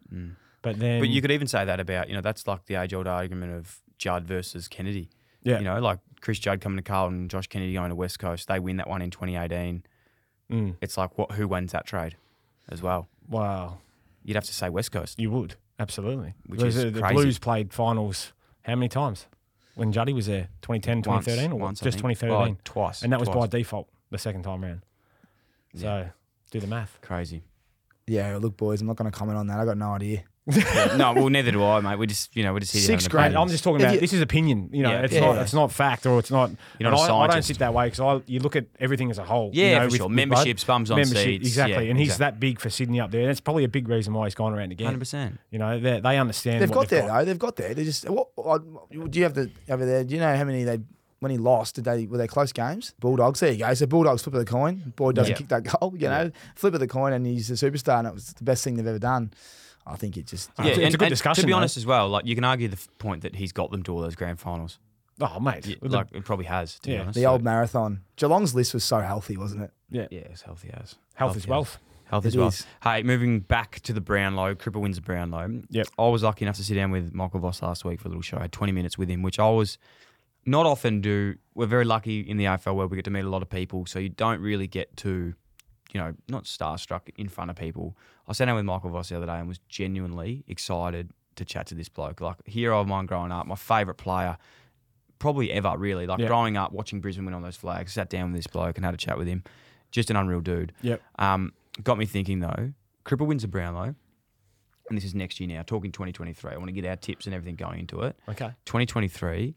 [SPEAKER 4] But then.
[SPEAKER 2] But you could even say that about you know that's like the age old argument of Judd versus Kennedy.
[SPEAKER 4] Yeah.
[SPEAKER 2] You know, like Chris Judd coming to Carlton, and Josh Kennedy going to West Coast. They win that one in 2018.
[SPEAKER 4] Mm.
[SPEAKER 2] It's like what who wins that trade, as well.
[SPEAKER 4] wow.
[SPEAKER 2] You'd have to say West Coast.
[SPEAKER 4] You would. Absolutely.
[SPEAKER 2] Which
[SPEAKER 4] Those
[SPEAKER 2] is
[SPEAKER 4] are- the
[SPEAKER 2] crazy.
[SPEAKER 4] Blues played finals how many times? When Juddy was there? 2010,
[SPEAKER 2] Once,
[SPEAKER 4] 2013? or
[SPEAKER 2] once, I
[SPEAKER 4] just
[SPEAKER 2] think.
[SPEAKER 4] 2013?
[SPEAKER 2] Oh, twice,
[SPEAKER 4] and that was
[SPEAKER 2] twice.
[SPEAKER 4] by default the second time round. So do the math.
[SPEAKER 2] Crazy.
[SPEAKER 3] Yeah, look, boys, I'm not going to comment on that. I got no idea.
[SPEAKER 2] no, well, neither do I, mate. We just, you know, we just here.
[SPEAKER 4] Six
[SPEAKER 2] having
[SPEAKER 4] grade.
[SPEAKER 2] opinions.
[SPEAKER 4] I'm just talking
[SPEAKER 3] If
[SPEAKER 4] about
[SPEAKER 3] you-
[SPEAKER 4] this is opinion. You know,
[SPEAKER 2] Yeah.
[SPEAKER 4] it's
[SPEAKER 2] Yeah,
[SPEAKER 4] not
[SPEAKER 3] yeah.
[SPEAKER 4] it's not fact or it's not.
[SPEAKER 2] You're not
[SPEAKER 4] and
[SPEAKER 2] a
[SPEAKER 4] I, I don't
[SPEAKER 2] scientist.
[SPEAKER 4] sit that way because I you look at everything as a whole.
[SPEAKER 2] Yeah,
[SPEAKER 4] you know,
[SPEAKER 2] for
[SPEAKER 4] with-
[SPEAKER 2] sure.
[SPEAKER 4] with Bud.
[SPEAKER 2] Memberships, bums on seats.
[SPEAKER 4] exactly.
[SPEAKER 2] Yeah,
[SPEAKER 4] and he's
[SPEAKER 2] exactly.
[SPEAKER 4] that big for Sydney up there. That's probably a big reason why he's gone around again.
[SPEAKER 2] 100%.
[SPEAKER 4] You know, they they understand.
[SPEAKER 3] They've
[SPEAKER 4] what
[SPEAKER 3] got
[SPEAKER 4] they've
[SPEAKER 3] there though. They've got there. They just what, what do you have the over there? Do you know how many they when he lost? Did they were they close games? Bulldogs. There you go. So Bulldogs flip of the coin. Boy doesn't
[SPEAKER 2] Yeah.
[SPEAKER 3] kick that goal. You know, flip of the coin, and he's a superstar, and it was the best thing they've ever done. I think it just
[SPEAKER 4] Yeah, it's a good discussion,
[SPEAKER 2] To be
[SPEAKER 4] though.
[SPEAKER 2] honest, as well, like you can argue the f- point that he's got them to all those grand finals.
[SPEAKER 4] Oh, mate.
[SPEAKER 2] Yeah,
[SPEAKER 4] with the-
[SPEAKER 2] like it probably has. To
[SPEAKER 4] Yeah.
[SPEAKER 2] be honest,
[SPEAKER 3] the old marathon. Geelong's list was so healthy, wasn't it?
[SPEAKER 2] yeah, it's healthy as
[SPEAKER 4] health is
[SPEAKER 2] as.
[SPEAKER 4] wealth.
[SPEAKER 2] Health
[SPEAKER 3] It
[SPEAKER 2] as well.
[SPEAKER 3] is.
[SPEAKER 2] Hey, moving back to the Brownlow, Cripple wins the Brownlow.
[SPEAKER 4] Yep.
[SPEAKER 2] I was lucky enough to sit down with Michael Voss last week for a little show. I had 20 minutes with him, which I was not often do. We're very lucky in the AFL world. We get to meet a lot of people, so you don't really get to, you know, not starstruck in front of people. I sat down with Michael Voss the other day and was genuinely excited to chat to this bloke. Like, hero of mine growing up, my favourite player probably ever, really. Like,
[SPEAKER 4] Yeah.
[SPEAKER 2] growing up, watching Brisbane win on those flags, sat down with this bloke and had a chat with him. Just an unreal dude.
[SPEAKER 4] Yep.
[SPEAKER 2] Um, got me thinking though. Cripple wins the Brownlow, and this is next year now. Talking 2023, I want to get our tips and everything going into it.
[SPEAKER 4] Okay.
[SPEAKER 2] 2023,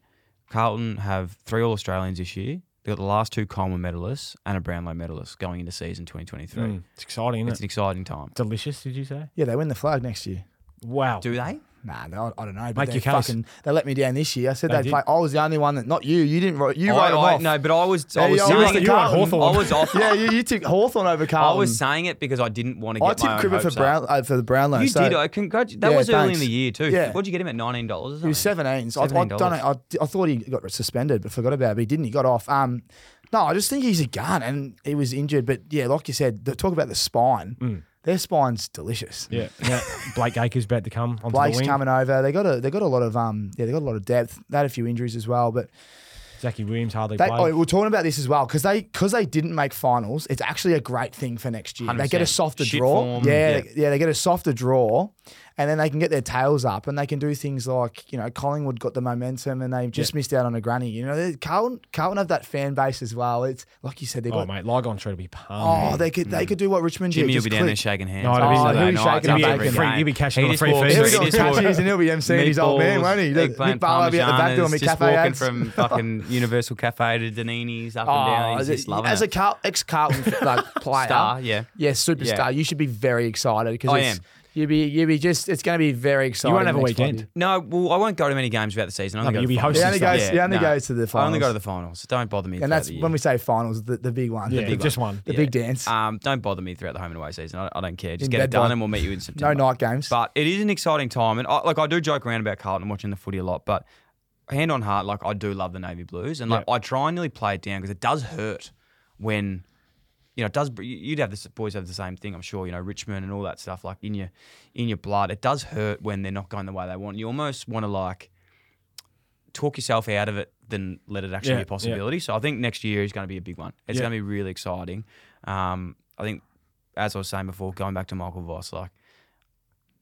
[SPEAKER 2] Carlton have three All Australians this year. They got the last two Coleman medalists and a Brownlow medalist going into season 2023.
[SPEAKER 4] Mm, it's exciting, isn't
[SPEAKER 2] It's
[SPEAKER 4] it?
[SPEAKER 2] an exciting time.
[SPEAKER 4] Delicious, did you say?
[SPEAKER 3] Yeah, they win the flag next year.
[SPEAKER 4] Wow.
[SPEAKER 2] Do they?
[SPEAKER 3] Nah, they, I, I don't know. But
[SPEAKER 4] Make
[SPEAKER 3] they
[SPEAKER 4] your case.
[SPEAKER 3] fucking they let me down this year. I said
[SPEAKER 4] They
[SPEAKER 3] they would
[SPEAKER 4] did.
[SPEAKER 3] play. I was the only one that not you. You didn't. write- You wrote
[SPEAKER 2] I,
[SPEAKER 3] them
[SPEAKER 2] I,
[SPEAKER 3] off.
[SPEAKER 2] no, but I was.
[SPEAKER 3] Yeah,
[SPEAKER 2] I was
[SPEAKER 3] you
[SPEAKER 2] saying
[SPEAKER 3] were-
[SPEAKER 2] it.
[SPEAKER 3] you were
[SPEAKER 2] I
[SPEAKER 4] Hawthorn.
[SPEAKER 2] was off.
[SPEAKER 3] Yeah, you, you tipped Hawthorn over
[SPEAKER 2] I
[SPEAKER 3] Carlton.
[SPEAKER 2] was saying it because I didn't want to get
[SPEAKER 3] I tipped
[SPEAKER 2] my own
[SPEAKER 3] Cribbett for
[SPEAKER 2] hopes up.
[SPEAKER 3] Brown uh, for the Brownlow.
[SPEAKER 2] You
[SPEAKER 3] so-
[SPEAKER 2] did. I congrat- That
[SPEAKER 3] Yeah,
[SPEAKER 2] was early in
[SPEAKER 3] thanks.
[SPEAKER 2] the year too.
[SPEAKER 3] Yeah.
[SPEAKER 2] What'd you get him at nineteen dollars?
[SPEAKER 3] He was 17. So I, I don't know.
[SPEAKER 2] $17.
[SPEAKER 3] I, I thought he got suspended, but forgot about it. But he didn't. He got off. Um, no, I just think he's a gun and he was injured. But yeah, like you said, the, talk about the spine.
[SPEAKER 2] Mm.
[SPEAKER 3] Their spine's delicious.
[SPEAKER 4] Yeah. yeah. Blake Acres about to come onto
[SPEAKER 3] Blake's
[SPEAKER 4] the wing.
[SPEAKER 3] coming over. They got a they got a lot of um yeah they got a lot of depth. They had a few injuries as well, but
[SPEAKER 4] Zachy Williams hardly
[SPEAKER 3] they,
[SPEAKER 4] played.
[SPEAKER 3] oh, we're talking about this as well because they because they didn't make finals. It's actually a great thing for next year. They get a
[SPEAKER 2] 100%.
[SPEAKER 3] softer
[SPEAKER 2] Shit
[SPEAKER 3] draw.
[SPEAKER 2] form,
[SPEAKER 3] yeah,
[SPEAKER 2] yeah.
[SPEAKER 3] they- yeah, they get a softer draw, and then they can get their tails up and they can do things like you know Collingwood got the momentum and they just missed out on a granny. You know, they- Carlton Carlton have that fan base as well. It's like you said, they
[SPEAKER 4] oh
[SPEAKER 3] got.
[SPEAKER 4] mate, Lygon trying to be pumped.
[SPEAKER 3] Oh, they could they could do what Richmond did.
[SPEAKER 2] Mm. Jimmy will
[SPEAKER 3] just
[SPEAKER 2] be down there
[SPEAKER 3] click.
[SPEAKER 2] shaking hands.
[SPEAKER 4] No, it'll be-
[SPEAKER 2] Oh,
[SPEAKER 4] it'll
[SPEAKER 2] no,
[SPEAKER 4] be
[SPEAKER 2] no,
[SPEAKER 3] shaking
[SPEAKER 2] it's
[SPEAKER 3] up
[SPEAKER 2] up
[SPEAKER 3] back
[SPEAKER 2] every
[SPEAKER 3] and-
[SPEAKER 2] game.
[SPEAKER 4] He'll be cashing
[SPEAKER 2] He
[SPEAKER 4] on a
[SPEAKER 2] just
[SPEAKER 4] free
[SPEAKER 2] walks-
[SPEAKER 4] feed.
[SPEAKER 3] He'll
[SPEAKER 4] He'll
[SPEAKER 3] be
[SPEAKER 4] be
[SPEAKER 3] doing cashiers and he'll be emceeing his old man,
[SPEAKER 2] meatballs,
[SPEAKER 3] won't he?
[SPEAKER 2] eggplant
[SPEAKER 3] Nick Barlow will be at the back doing
[SPEAKER 2] parmesanas,
[SPEAKER 3] me
[SPEAKER 2] just
[SPEAKER 3] cafe
[SPEAKER 2] walking
[SPEAKER 3] ads.
[SPEAKER 2] from fucking Universal Cafe to Danini's up and down. He's
[SPEAKER 3] as
[SPEAKER 2] just
[SPEAKER 3] a-
[SPEAKER 2] loving
[SPEAKER 3] Oh, as a
[SPEAKER 2] Oh, it.
[SPEAKER 3] Car- ex Carlton like, player,
[SPEAKER 2] Star, yeah.
[SPEAKER 3] yeah, superstar,
[SPEAKER 2] Yeah.
[SPEAKER 3] you should be very excited
[SPEAKER 2] I
[SPEAKER 3] because
[SPEAKER 2] am.
[SPEAKER 3] you'll be you'll be just it's going to be very exciting.
[SPEAKER 4] won't have a
[SPEAKER 3] next five
[SPEAKER 4] weekend.
[SPEAKER 3] years.
[SPEAKER 2] No, well, I won't go to many games throughout the season. I'm
[SPEAKER 4] No,
[SPEAKER 2] gonna go
[SPEAKER 4] but
[SPEAKER 2] to
[SPEAKER 4] you'll be
[SPEAKER 2] finals.
[SPEAKER 4] hosting
[SPEAKER 3] He only
[SPEAKER 4] stuff.
[SPEAKER 3] goes- he only goes to the
[SPEAKER 2] I only go
[SPEAKER 3] finals.
[SPEAKER 2] to the finals. Don't bother me.
[SPEAKER 3] And
[SPEAKER 2] throughout
[SPEAKER 3] that's
[SPEAKER 2] the year.
[SPEAKER 3] when we say finals, the, the big one,
[SPEAKER 4] Yeah,
[SPEAKER 3] the big
[SPEAKER 4] just
[SPEAKER 3] one,
[SPEAKER 4] one.
[SPEAKER 3] the
[SPEAKER 2] Yeah.
[SPEAKER 3] big dance,
[SPEAKER 2] Um, don't bother me throughout the home and away season. I, I don't care. Just
[SPEAKER 3] In
[SPEAKER 2] get it
[SPEAKER 3] bed by-
[SPEAKER 2] done, and we'll meet you in
[SPEAKER 3] no
[SPEAKER 2] September.
[SPEAKER 3] night games.
[SPEAKER 2] But it is an exciting time, and I, like I do joke around about Carlton and watching the footy a lot. But hand on heart, like I do love the navy blues, and like I try and nearly play it down because it does hurt when you know it does. br- You'd have this boys have the same thing, I'm sure. You know Richmond and all that stuff, like in your in your blood, it does hurt when they're not going the way they want. You almost want to like talk yourself out of it than let it actually
[SPEAKER 4] Yeah,
[SPEAKER 2] be a possibility. So I think next year is going to be a big one. It's
[SPEAKER 4] Yeah.
[SPEAKER 2] going to be really exciting. Um, I think, as I was saying before, going back to Michael Voss, like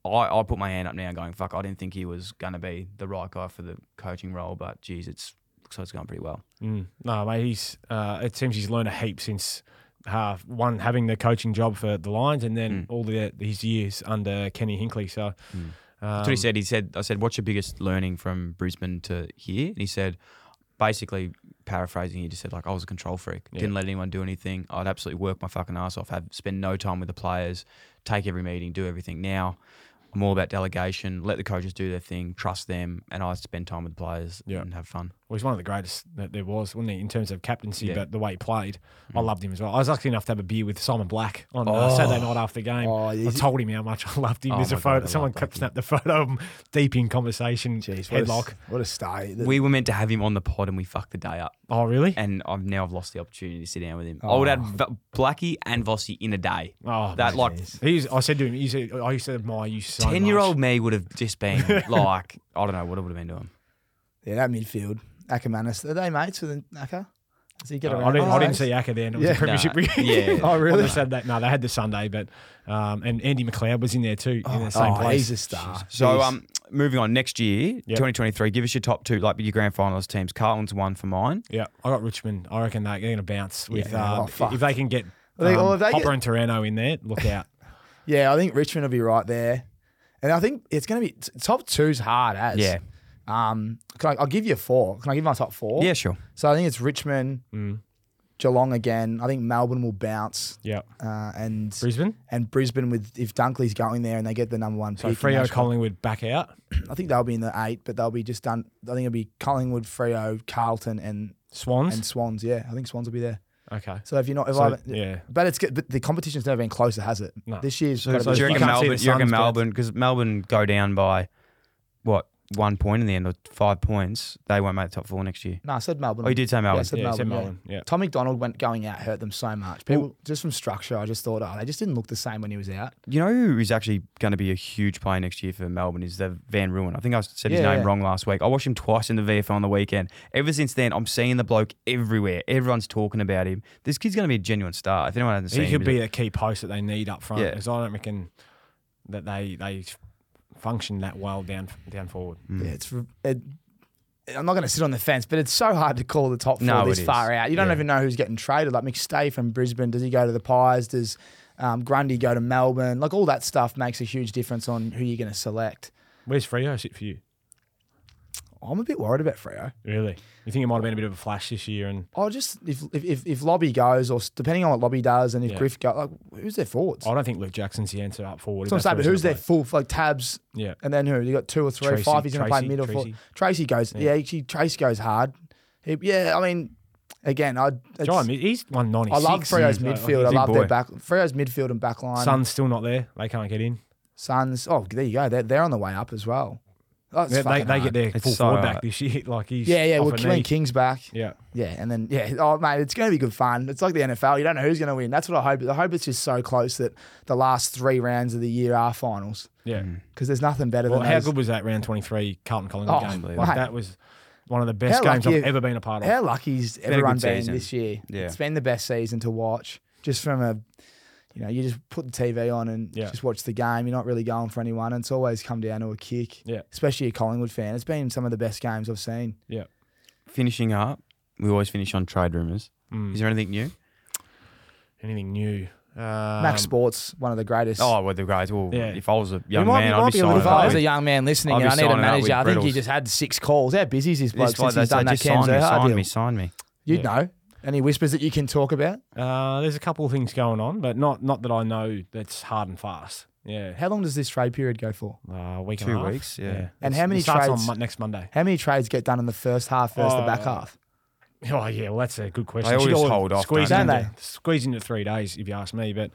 [SPEAKER 2] I, I put my hand up now, going fuck, I didn't think he was going to be the right guy for the coaching role, but geez, it's looks like it's going pretty well.
[SPEAKER 4] Mm. No, mate, he's. Uh, it seems he's learned a heap since uh, one having the coaching job for the Lions, and then all the his years under Kenny Hinkley. So,
[SPEAKER 2] That's what he said. He said, I said, what's your biggest learning from Brisbane to here? And he said, basically paraphrasing, he just said, like, I was a control freak. Didn't let anyone do anything. I'd absolutely work my fucking ass off. Have spend no time with the players, take every meeting, do everything. Now I'm all about delegation, let the coaches do their thing, trust them, and I spend time with the players
[SPEAKER 4] Yeah.
[SPEAKER 2] and have fun.
[SPEAKER 4] well, he's one of the greatest that there was, wasn't he, in terms of captaincy?
[SPEAKER 2] Yeah.
[SPEAKER 4] But the way he played, I loved him as well. I was lucky enough to have a beer with Simon Black on uh, Saturday night after the game.
[SPEAKER 3] Oh,
[SPEAKER 4] I
[SPEAKER 3] he's-
[SPEAKER 4] told him how much I loved him.
[SPEAKER 2] Oh
[SPEAKER 4] There's a
[SPEAKER 2] my God, I
[SPEAKER 4] photo.
[SPEAKER 2] love
[SPEAKER 4] someone
[SPEAKER 2] Blackie.
[SPEAKER 4] kept snapped the photo of him deep in conversation.
[SPEAKER 3] Jeez, what
[SPEAKER 4] headlock.
[SPEAKER 3] A, what a star! The-
[SPEAKER 2] We were meant to have him on the pod and we fucked the day up.
[SPEAKER 4] Oh, really?
[SPEAKER 2] and I've now I've lost the opportunity to sit down with him. I would add v- Blackie and Vossi in a day.
[SPEAKER 4] Oh,
[SPEAKER 2] that
[SPEAKER 4] mate.
[SPEAKER 2] like
[SPEAKER 4] He's, I said to him, he's, I used to admire you so much.
[SPEAKER 2] ten year old me would have just been like, I don't know what it would have been to him.
[SPEAKER 3] yeah, that midfield, Ackermanis, are they mates with Acker? Does he get
[SPEAKER 4] Uh,
[SPEAKER 3] around?
[SPEAKER 4] I didn't, I
[SPEAKER 3] those?
[SPEAKER 4] didn't see Acker then. It was
[SPEAKER 3] Oh, Yeah.
[SPEAKER 4] a premiership
[SPEAKER 2] Nah,
[SPEAKER 4] week.
[SPEAKER 2] yeah.
[SPEAKER 3] Oh, really?
[SPEAKER 4] They said that. No, they had the Sunday, but um, and Andy McLeod was in there too in the same
[SPEAKER 3] Oh,
[SPEAKER 4] place.
[SPEAKER 3] he's a star.
[SPEAKER 2] So
[SPEAKER 3] He's-
[SPEAKER 2] um, moving on next year, twenty twenty three. Give us your top two, like your grand finalist teams. Carlton's one for mine.
[SPEAKER 4] Yeah, I got Richmond. I reckon they're going to bounce with
[SPEAKER 3] Yeah.
[SPEAKER 4] um,
[SPEAKER 3] Oh, fuck.
[SPEAKER 4] if they can get
[SPEAKER 3] Well, they-
[SPEAKER 4] um,
[SPEAKER 3] well, if they
[SPEAKER 4] Hopper
[SPEAKER 3] get-
[SPEAKER 4] and Torano in there. Look out.
[SPEAKER 3] Yeah, I think Richmond will be right there, and I think it's going to be t- top two's hard as.
[SPEAKER 2] Yeah.
[SPEAKER 3] Um, can I, I'll give you four. Can I give my top four?
[SPEAKER 2] Yeah, sure.
[SPEAKER 3] So I think it's Richmond,
[SPEAKER 4] Mm.
[SPEAKER 3] Geelong again. I think Melbourne will bounce,
[SPEAKER 4] Yeah.
[SPEAKER 3] uh, and
[SPEAKER 4] Brisbane.
[SPEAKER 3] and Brisbane with if Dunkley's going there and they get the number one
[SPEAKER 4] So
[SPEAKER 3] pick. in
[SPEAKER 4] Freo
[SPEAKER 3] Nashville.
[SPEAKER 4] Collingwood back out.
[SPEAKER 3] I think they'll be in the eight, but they'll be just done. I think it'll be Collingwood, Freo, Carlton, and
[SPEAKER 4] Swans.
[SPEAKER 3] and Swans. Yeah, I think Swans will be there.
[SPEAKER 4] okay.
[SPEAKER 3] So if you're not, if
[SPEAKER 4] So,
[SPEAKER 3] I,
[SPEAKER 4] yeah.
[SPEAKER 3] but it's good. But the competition's never been closer, has it?
[SPEAKER 4] No.
[SPEAKER 3] This year's.
[SPEAKER 2] So,
[SPEAKER 3] gotta
[SPEAKER 2] so
[SPEAKER 3] be
[SPEAKER 2] do you
[SPEAKER 4] you
[SPEAKER 2] reckon
[SPEAKER 4] can't see
[SPEAKER 2] Melbourne?
[SPEAKER 4] the
[SPEAKER 2] Do you reckon
[SPEAKER 4] Suns, but-
[SPEAKER 2] Melbourne? Because Melbourne go down by what one point in the end or five points? They won't make the top four next year.
[SPEAKER 3] No, I said Melbourne.
[SPEAKER 2] Oh, you did say
[SPEAKER 3] Yeah, I
[SPEAKER 2] Melbourne.
[SPEAKER 3] said
[SPEAKER 4] Yeah, you
[SPEAKER 3] Melbourne.
[SPEAKER 4] said
[SPEAKER 3] yeah.
[SPEAKER 4] Melbourne, yeah.
[SPEAKER 3] Tom McDonald went going out hurt them so much. People just from structure, I just thought, oh, they just didn't look the same when he was out.
[SPEAKER 2] You know who is actually going to be a huge player next year for Melbourne is the Van Ruin. I think I said his
[SPEAKER 3] Yeah,
[SPEAKER 2] name
[SPEAKER 3] yeah.
[SPEAKER 2] wrong last week. I watched him twice in the VFL on the weekend. Ever since then, I'm seeing the bloke everywhere. Everyone's talking about him. This kid's going to be a genuine star. If anyone hasn't seen
[SPEAKER 4] He could
[SPEAKER 2] him,
[SPEAKER 4] be a key post that they need up front
[SPEAKER 2] Yeah.
[SPEAKER 4] because I don't reckon that they they function that well down down forward.
[SPEAKER 3] Yeah, it's. re- It, I'm not going to sit on the fence, but it's so hard to call the top four
[SPEAKER 2] No,
[SPEAKER 3] this
[SPEAKER 2] it is.
[SPEAKER 3] far out. You don't
[SPEAKER 2] Yeah.
[SPEAKER 3] even know who's getting traded. Like McStay from Brisbane, does he go to the Pies? Does um, Grundy go to Melbourne? Like all that stuff makes a huge difference on who you're going to select.
[SPEAKER 4] Where's Freo sit for you?
[SPEAKER 3] I'm a bit worried about Freo.
[SPEAKER 4] Really? You think it might have been a bit of a flash this year and
[SPEAKER 3] Oh, just if if if, if Lobby goes, or s- depending on what Lobby does, and if
[SPEAKER 4] Yeah.
[SPEAKER 3] Griff goes, like who's their forwards?
[SPEAKER 4] I don't think Luke Jackson's the answer up forward.
[SPEAKER 3] So I'm
[SPEAKER 4] if
[SPEAKER 3] saying,
[SPEAKER 4] that's
[SPEAKER 3] but
[SPEAKER 4] where
[SPEAKER 3] who's their
[SPEAKER 4] he's
[SPEAKER 3] full like tabs?
[SPEAKER 4] gonna play. Yeah.
[SPEAKER 3] And then who? You got two or three,
[SPEAKER 4] Tracy-
[SPEAKER 3] five. He's going to play
[SPEAKER 4] Tracy-
[SPEAKER 3] middle. Tracy,
[SPEAKER 4] Tracy.
[SPEAKER 3] Tracy goes. Yeah, actually, Tracy goes hard. He, yeah, I mean, again, I. it's-
[SPEAKER 4] John, he's 196.
[SPEAKER 3] I love Freo's
[SPEAKER 4] He's like-
[SPEAKER 3] midfield. I
[SPEAKER 4] he's a
[SPEAKER 3] love
[SPEAKER 4] big
[SPEAKER 3] their
[SPEAKER 4] boy.
[SPEAKER 3] back. Freo's midfield and back line.
[SPEAKER 4] Sun's still not there. They can't get in.
[SPEAKER 3] Suns. Oh, there you go. They're, they're on the way up as well. That's
[SPEAKER 4] They, they,
[SPEAKER 3] fucking
[SPEAKER 4] they get
[SPEAKER 3] hard.
[SPEAKER 4] their
[SPEAKER 2] It's uh,
[SPEAKER 4] full
[SPEAKER 2] so
[SPEAKER 4] forward
[SPEAKER 2] hard.
[SPEAKER 4] back this year. Like he's
[SPEAKER 3] Yeah, yeah.
[SPEAKER 4] off
[SPEAKER 3] We're
[SPEAKER 4] a
[SPEAKER 3] killing
[SPEAKER 4] knee.
[SPEAKER 3] King's back.
[SPEAKER 4] Yeah.
[SPEAKER 3] Yeah, and then yeah, oh mate, it's going to be good fun. It's like the NFL. You don't know who's going to win. That's what I hope. I hope it's just so close that the last three rounds of the year are finals
[SPEAKER 4] Yeah.
[SPEAKER 2] Mm.
[SPEAKER 3] because there's nothing better
[SPEAKER 4] Well,
[SPEAKER 3] than
[SPEAKER 4] how
[SPEAKER 3] those-
[SPEAKER 4] good was that round 23 Carlton Collingwood
[SPEAKER 3] Oh,
[SPEAKER 4] game?
[SPEAKER 3] mate.
[SPEAKER 4] Like, that was one of the best
[SPEAKER 3] How
[SPEAKER 4] games
[SPEAKER 3] lucky-
[SPEAKER 4] I've ever been a part of.
[SPEAKER 3] How lucky's
[SPEAKER 2] a
[SPEAKER 3] everyone
[SPEAKER 2] good
[SPEAKER 3] been
[SPEAKER 2] season.
[SPEAKER 3] this year?
[SPEAKER 2] Yeah.
[SPEAKER 3] It's been the best season to watch. Just from a, you know, you just put the TV on and
[SPEAKER 4] Yeah.
[SPEAKER 3] just watch the game. You're not really going for anyone. And it's always come down to a kick.
[SPEAKER 4] Yeah.
[SPEAKER 3] Especially a Collingwood fan. It's been some of the best games I've seen.
[SPEAKER 4] yeah.
[SPEAKER 2] finishing up. We always finish on trade rumors.
[SPEAKER 4] Hmm.
[SPEAKER 2] Is there anything new?
[SPEAKER 4] Mm. Anything new?
[SPEAKER 3] Max
[SPEAKER 4] Um,
[SPEAKER 3] Sports, one of the greatest.
[SPEAKER 2] Oh, well, the guys. Well,
[SPEAKER 4] Yeah.
[SPEAKER 2] if I was a young
[SPEAKER 4] might- we
[SPEAKER 2] man,
[SPEAKER 4] might
[SPEAKER 2] I'd be,
[SPEAKER 4] be a
[SPEAKER 2] signing.
[SPEAKER 4] little
[SPEAKER 3] If I was
[SPEAKER 2] up.
[SPEAKER 3] a young man listening
[SPEAKER 2] I'll
[SPEAKER 3] and
[SPEAKER 2] be
[SPEAKER 3] I need a
[SPEAKER 2] signing up
[SPEAKER 3] manager,
[SPEAKER 2] with
[SPEAKER 3] I think he
[SPEAKER 2] Brittles.
[SPEAKER 3] just had six calls. How busy is this bloke
[SPEAKER 2] This
[SPEAKER 3] since
[SPEAKER 2] bloke,
[SPEAKER 3] he's
[SPEAKER 2] they
[SPEAKER 3] done
[SPEAKER 2] say,
[SPEAKER 3] that
[SPEAKER 2] just sign
[SPEAKER 3] Cam
[SPEAKER 2] me,
[SPEAKER 3] Zohar
[SPEAKER 2] sign
[SPEAKER 3] deal?
[SPEAKER 2] me, sign me.
[SPEAKER 3] You'd
[SPEAKER 4] Yeah.
[SPEAKER 3] know. Any whispers that you can talk about?
[SPEAKER 4] Uh, there's a couple of things going on, but not not that I know that's hard and fast. Yeah,
[SPEAKER 3] How long does this trade period go for?
[SPEAKER 4] uh, a week
[SPEAKER 2] Two
[SPEAKER 4] and a half.
[SPEAKER 2] weeks, yeah. And
[SPEAKER 4] It's-
[SPEAKER 3] how many
[SPEAKER 4] it starts
[SPEAKER 3] trades-
[SPEAKER 4] on Mon- next Monday?
[SPEAKER 3] How many trades get done in the first half versus the back
[SPEAKER 4] Uh,
[SPEAKER 3] half?
[SPEAKER 4] Oh yeah, well that's a good question.
[SPEAKER 2] They
[SPEAKER 4] Should
[SPEAKER 2] always
[SPEAKER 4] all
[SPEAKER 2] hold off,
[SPEAKER 4] squeeze
[SPEAKER 3] don't they?
[SPEAKER 4] into, Squeeze into three days, if you ask me. But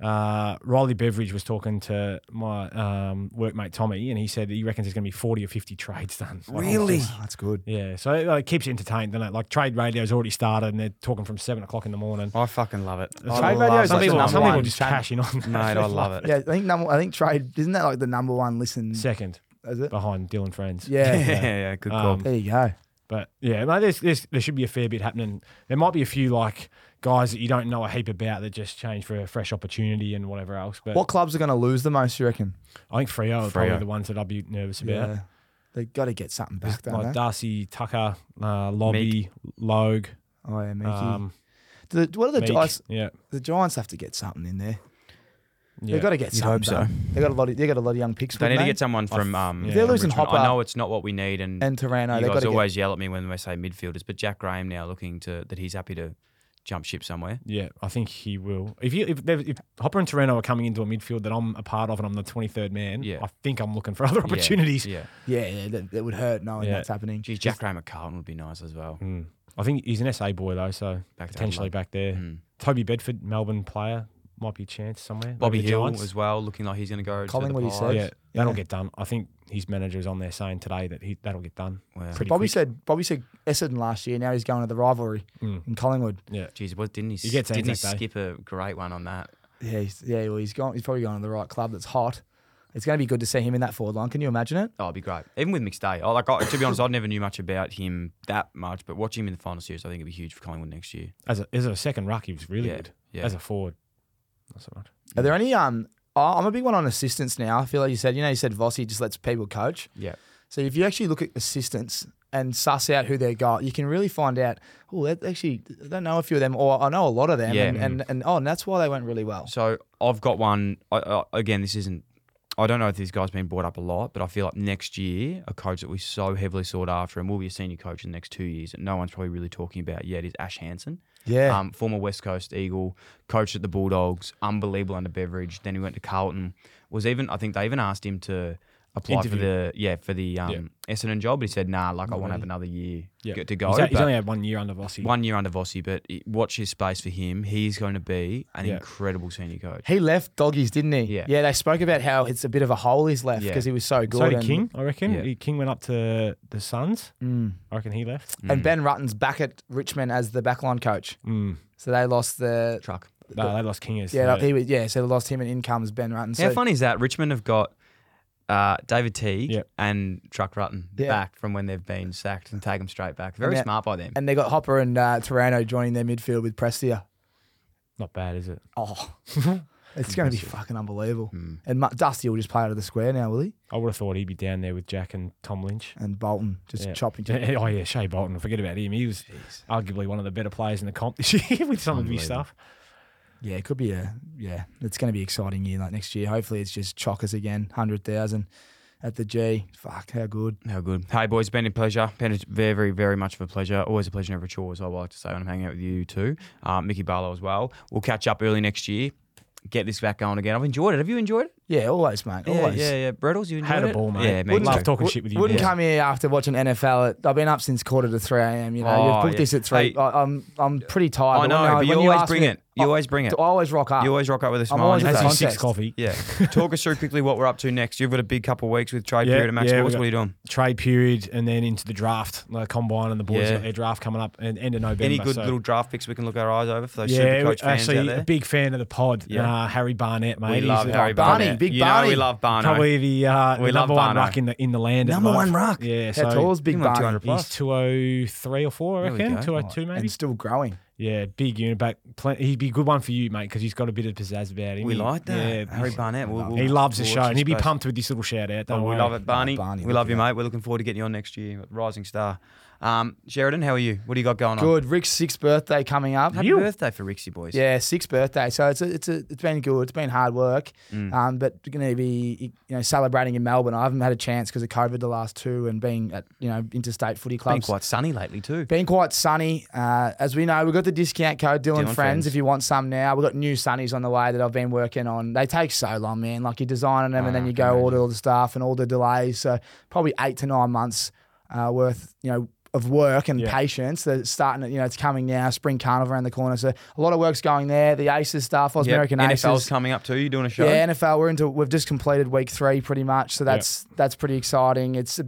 [SPEAKER 4] uh, Riley Beveridge was talking to my um, workmate Tommy, and he said he reckons there's going to be forty or fifty trades done. Like, it's
[SPEAKER 2] Really?
[SPEAKER 4] just-
[SPEAKER 3] Oh, that's good.
[SPEAKER 4] yeah, so it, like, keeps you entertained, doesn't it? Like trade radio's already started, and they're talking from seven o'clock in the morning.
[SPEAKER 2] I fucking love it. I
[SPEAKER 4] trade
[SPEAKER 2] love
[SPEAKER 4] radio is
[SPEAKER 2] it.
[SPEAKER 3] like
[SPEAKER 4] some
[SPEAKER 3] the
[SPEAKER 4] people,
[SPEAKER 3] number
[SPEAKER 4] some people
[SPEAKER 3] one
[SPEAKER 4] just
[SPEAKER 3] channel.
[SPEAKER 4] cashing on. that.
[SPEAKER 2] Mate, I love it.
[SPEAKER 3] Yeah, I think number, I think trade isn't that like the number one listen?
[SPEAKER 4] Second
[SPEAKER 3] Is it?
[SPEAKER 4] behind Dylan Friends.
[SPEAKER 3] Yeah.
[SPEAKER 2] Yeah, yeah, good call.
[SPEAKER 4] Um,
[SPEAKER 3] There you go.
[SPEAKER 4] But yeah, no, there's, there's, there should be a fair bit happening. There might be a few like guys that you don't know a heap about that just change for a fresh opportunity and whatever else. But
[SPEAKER 3] What clubs are going to lose the most? You reckon?
[SPEAKER 4] I think Freo are probably
[SPEAKER 2] Freo.
[SPEAKER 4] the ones that I'd be nervous about.
[SPEAKER 3] They got to get something back, don't
[SPEAKER 4] Like
[SPEAKER 3] they?
[SPEAKER 4] Darcy, Tucker, uh, Lobby, Logue.
[SPEAKER 3] Oh yeah, Mickey.
[SPEAKER 4] Um,
[SPEAKER 3] Do the, what are the
[SPEAKER 4] Meek.
[SPEAKER 3] Giants?
[SPEAKER 4] Yeah.
[SPEAKER 3] The Giants have to get something in there.
[SPEAKER 4] yeah.
[SPEAKER 3] They've got to get
[SPEAKER 2] You'd
[SPEAKER 3] something.
[SPEAKER 2] hope so.
[SPEAKER 3] done. They got a lot. Of, they got a lot of young picks.
[SPEAKER 2] They need
[SPEAKER 3] wouldn't
[SPEAKER 2] to get someone from. Um,
[SPEAKER 4] If
[SPEAKER 3] they're
[SPEAKER 2] from
[SPEAKER 3] losing
[SPEAKER 2] Richmond.
[SPEAKER 3] Hopper-
[SPEAKER 2] I know it's not what we need, and,
[SPEAKER 3] And Tarano,
[SPEAKER 2] you
[SPEAKER 3] they got
[SPEAKER 2] guys
[SPEAKER 3] to
[SPEAKER 2] always yell at me when we say midfielders. But Jack Graham now looking to that he's happy to jump ship somewhere.
[SPEAKER 4] Yeah, I think he will. If you if, there- if Hopper and Torino are coming into a midfield that I'm a part of and I'm the 23rd man,
[SPEAKER 2] Yeah.
[SPEAKER 4] I think I'm looking for other opportunities.
[SPEAKER 2] Yeah, yeah.
[SPEAKER 3] Yeah, yeah. That, that would hurt knowing
[SPEAKER 4] Yeah.
[SPEAKER 3] that's happening.
[SPEAKER 2] Geez, Jack Graham at Carlton would be nice as well.
[SPEAKER 4] Mm. I think he's an SA boy though, so
[SPEAKER 2] Back to
[SPEAKER 4] potentially
[SPEAKER 2] Adelaide.
[SPEAKER 4] back there.
[SPEAKER 2] Mm.
[SPEAKER 4] Toby Bedford, Melbourne player, might be a chance somewhere.
[SPEAKER 2] Bobby
[SPEAKER 4] Maybe the
[SPEAKER 2] Hill
[SPEAKER 4] Giants.
[SPEAKER 2] as well, looking like he's going to go.
[SPEAKER 3] Collingwood,
[SPEAKER 2] to
[SPEAKER 3] he
[SPEAKER 2] the
[SPEAKER 3] said.
[SPEAKER 2] Pies.
[SPEAKER 4] Yeah, that'll
[SPEAKER 3] Yeah.
[SPEAKER 4] get done. I think his manager is on there saying today that he that'll get done.
[SPEAKER 2] Wow.
[SPEAKER 4] Pretty
[SPEAKER 3] Bobby
[SPEAKER 4] quick.
[SPEAKER 3] said. Bobby said Essendon last year. Now he's going to the rivalry
[SPEAKER 4] Mm.
[SPEAKER 3] in Collingwood.
[SPEAKER 2] Geez, what didn't he?
[SPEAKER 4] He gets
[SPEAKER 2] didn't he
[SPEAKER 4] Anzac Day.
[SPEAKER 2] skip a great one on that?
[SPEAKER 3] Yeah, he's, yeah. Well, he's gone. He's probably going to the right club that's hot. It's going to be good to see him in that forward line. Can you imagine it?
[SPEAKER 2] Oh, it'd be great. Even with McStay. Oh, like I, to be honest, I never knew much about him that much, but watching him in the final series, I think it'd be huge for Collingwood next year.
[SPEAKER 4] as a as a second ruck, he was really
[SPEAKER 2] Yeah,
[SPEAKER 4] good.
[SPEAKER 2] yeah.
[SPEAKER 4] As a forward, not so much.
[SPEAKER 3] Are there any? Um, I- I'm a big one on assistants now. I feel like you said. You know, you said Vossi just lets people coach.
[SPEAKER 2] Yeah.
[SPEAKER 3] So if you actually look at assistants and suss out who they got, you can really find out. Oh, that actually, I don't know a few of them, or I know a lot of them,
[SPEAKER 2] Yeah.
[SPEAKER 3] and, and and oh, and that's why they went really well.
[SPEAKER 2] So I've got one. I, I, again, this isn't. I don't know if this guy's been brought up a lot, but I feel like next year, a coach that we so heavily sought after and will be a senior coach in the next two years that no one's probably really talking about yet is Ash Hansen.
[SPEAKER 3] Yeah.
[SPEAKER 2] Um, former West Coast Eagle, coached at the Bulldogs, unbelievable under Beveridge. Then he went to Carlton. Was even I think they even asked him to apply
[SPEAKER 4] Interview.
[SPEAKER 2] for the yeah for the um, Essendon job, but he said nah, like I want to have another year get to go.
[SPEAKER 4] He's, he's
[SPEAKER 2] but-
[SPEAKER 4] only had one year under Vossi.
[SPEAKER 2] one year under Vossi, but it- watch his space for him. He's going to be an
[SPEAKER 4] Yeah.
[SPEAKER 2] incredible senior coach.
[SPEAKER 3] He left doggies, didn't he?
[SPEAKER 2] Yeah.
[SPEAKER 3] Yeah, they spoke about how it's a bit of a hole he's left
[SPEAKER 2] Yeah.
[SPEAKER 3] because he was so good.
[SPEAKER 4] So did
[SPEAKER 3] and,
[SPEAKER 4] King, I reckon.
[SPEAKER 2] Yeah.
[SPEAKER 4] He- King went up to the Suns. Mm. I reckon he left.
[SPEAKER 2] Mm.
[SPEAKER 3] And Ben Rutten's back at Richmond as the backline coach.
[SPEAKER 4] Mm.
[SPEAKER 3] So they lost the.
[SPEAKER 2] Truck.
[SPEAKER 4] No, they lost King as
[SPEAKER 3] Yeah,
[SPEAKER 4] the-
[SPEAKER 3] he was, yeah. So they lost him, and in comes Ben Rutten. So
[SPEAKER 2] How funny is that? Richmond have got uh, David Teague
[SPEAKER 4] Yep.
[SPEAKER 2] and Truck Rutten
[SPEAKER 3] Yeah.
[SPEAKER 2] back from when they've been sacked and take them straight back. Very
[SPEAKER 3] Yeah.
[SPEAKER 2] smart by them.
[SPEAKER 3] And they got Hopper and uh, Torano joining their midfield with Prestia.
[SPEAKER 4] not bad, is it?
[SPEAKER 3] Oh, it's going to be fucking unbelievable.
[SPEAKER 2] Hmm.
[SPEAKER 3] And Mu- Dusty will just play out of the square now, will he?
[SPEAKER 4] I would have thought he'd be down there with Jack and Tom Lynch.
[SPEAKER 3] And Bolton just
[SPEAKER 4] Yeah.
[SPEAKER 3] chopping.
[SPEAKER 4] Yeah, oh yeah, Shea Bolton. Forget about him. He was arguably one of the better players in the comp this year with some of his stuff.
[SPEAKER 3] Yeah, it could be a yeah. It's going to be exciting year like next year. Hopefully, it's just chockers again, hundred thousand at the G. Fuck, how good.
[SPEAKER 2] How good. Hey, boys, been a pleasure. Been a very, very, very much of a pleasure. Always a pleasure and a chore as well, I like to say when I'm hanging out with you too. Um, Mickey Barlow as well. We'll catch up early next year. Get this back going again. I've enjoyed it. Have you enjoyed it?
[SPEAKER 3] Yeah, always, mate. Always.
[SPEAKER 2] Yeah, yeah, yeah. Brettles, you enjoyed
[SPEAKER 4] Had
[SPEAKER 2] it?
[SPEAKER 4] a ball, mate.
[SPEAKER 2] Yeah, me
[SPEAKER 4] Wouldn't
[SPEAKER 2] too.
[SPEAKER 4] love talking shit with you.
[SPEAKER 3] Wouldn't
[SPEAKER 4] man.
[SPEAKER 3] come here after watching NFL. At, I've been up since quarter to three a.m. You know,
[SPEAKER 2] Oh,
[SPEAKER 3] you've booked
[SPEAKER 2] yeah.
[SPEAKER 3] this at three.
[SPEAKER 2] Hey.
[SPEAKER 3] I, I'm I'm pretty tired.
[SPEAKER 2] I know, but you
[SPEAKER 3] when
[SPEAKER 2] always
[SPEAKER 3] ask
[SPEAKER 2] bring
[SPEAKER 3] me-
[SPEAKER 2] it. You
[SPEAKER 3] I-
[SPEAKER 2] always bring it.
[SPEAKER 3] I always rock up.
[SPEAKER 2] You always rock up with a smile.
[SPEAKER 3] always
[SPEAKER 2] on your
[SPEAKER 3] at
[SPEAKER 2] face.
[SPEAKER 3] the
[SPEAKER 4] Has his six
[SPEAKER 3] Context.
[SPEAKER 4] coffee.
[SPEAKER 2] Yeah. Talk us through quickly what we're up to next. You've got a big couple of weeks with trade period at Max
[SPEAKER 4] we
[SPEAKER 2] Sports.
[SPEAKER 4] got
[SPEAKER 2] What are you doing?
[SPEAKER 4] Trade period and then into the draft, like combine and the boys
[SPEAKER 2] Yeah.
[SPEAKER 4] got their draft coming up and end of November.
[SPEAKER 2] Any good
[SPEAKER 4] so-
[SPEAKER 2] little draft picks we can look our eyes over for those
[SPEAKER 4] yeah,
[SPEAKER 2] super coach fans
[SPEAKER 4] actually
[SPEAKER 2] out there?
[SPEAKER 4] a big fan of the pod.
[SPEAKER 2] Yeah.
[SPEAKER 4] Uh, Harry Barnett, mate.
[SPEAKER 2] we
[SPEAKER 4] He's
[SPEAKER 2] love
[SPEAKER 4] the-
[SPEAKER 2] Harry
[SPEAKER 3] Barney,
[SPEAKER 2] Barnett.
[SPEAKER 3] big
[SPEAKER 2] you know
[SPEAKER 3] Barney.
[SPEAKER 2] we love Barney.
[SPEAKER 4] Probably the, uh,
[SPEAKER 2] We
[SPEAKER 4] the
[SPEAKER 2] love
[SPEAKER 4] number one
[SPEAKER 2] Barno.
[SPEAKER 4] ruck in the in the land. at the
[SPEAKER 3] Number one
[SPEAKER 4] moment.
[SPEAKER 3] ruck.
[SPEAKER 4] Yeah,
[SPEAKER 3] How
[SPEAKER 4] so
[SPEAKER 3] tall's big
[SPEAKER 2] He went
[SPEAKER 3] Barney?
[SPEAKER 2] 200
[SPEAKER 4] he's two oh three or four, I
[SPEAKER 2] There we
[SPEAKER 4] reckon.
[SPEAKER 2] go.
[SPEAKER 4] Two oh two maybe.
[SPEAKER 3] and still growing.
[SPEAKER 4] Yeah, big unit back. Pl- he'd be a good one for you, mate, because he's got a bit of pizzazz about him.
[SPEAKER 2] We
[SPEAKER 4] He-
[SPEAKER 2] like that.
[SPEAKER 4] Yeah,
[SPEAKER 2] Harry Barnett. We'll,
[SPEAKER 4] he
[SPEAKER 2] we'll-
[SPEAKER 4] loves the
[SPEAKER 2] we'll
[SPEAKER 4] show,
[SPEAKER 2] watch
[SPEAKER 4] and he'd be
[SPEAKER 2] his space.
[SPEAKER 4] pumped with this little shout out. mm, Don't
[SPEAKER 2] Oh, we
[SPEAKER 4] worry.
[SPEAKER 2] love it, Barney.
[SPEAKER 3] Barney,
[SPEAKER 2] we love
[SPEAKER 3] look
[SPEAKER 2] you,
[SPEAKER 3] at
[SPEAKER 2] mate. We're looking forward to getting you on next year. Rising star. Um, Sheridan, how are you? What do you got going on?
[SPEAKER 3] Good. Rick's sixth birthday coming up.
[SPEAKER 2] Happy birthday for Rixie boys.
[SPEAKER 3] Yeah, sixth birthday. So it's a, it's a, it's been good. It's been hard work,
[SPEAKER 2] Mm.
[SPEAKER 3] um, but going to be you know celebrating in Melbourne. I haven't had a chance because of COVID the last two and being at you know interstate footy
[SPEAKER 2] Been
[SPEAKER 3] clubs.
[SPEAKER 2] quite sunny lately too.
[SPEAKER 3] Been quite sunny. Uh, as we know, we've got the discount code Dylan,
[SPEAKER 2] Dylan
[SPEAKER 3] Friends,
[SPEAKER 2] Friends.
[SPEAKER 3] if you want some now. We've got new sunnies on the way that I've been working on. They take so long, man. Like you're designing them and
[SPEAKER 2] Ah,
[SPEAKER 3] then you go order all the stuff and all the delays. So probably eight to nine months uh, worth, you know, of work and patience. That's starting, at, you know, it's coming now. Spring carnival around the corner. So a lot of work's going there. The Aces stuff, Aus
[SPEAKER 2] Yep.
[SPEAKER 3] American Aces.
[SPEAKER 2] NFL's coming up too. You doing a show?
[SPEAKER 3] Yeah, NFL. We're into. We've just completed week three, pretty much. So that's that's pretty exciting. It's a-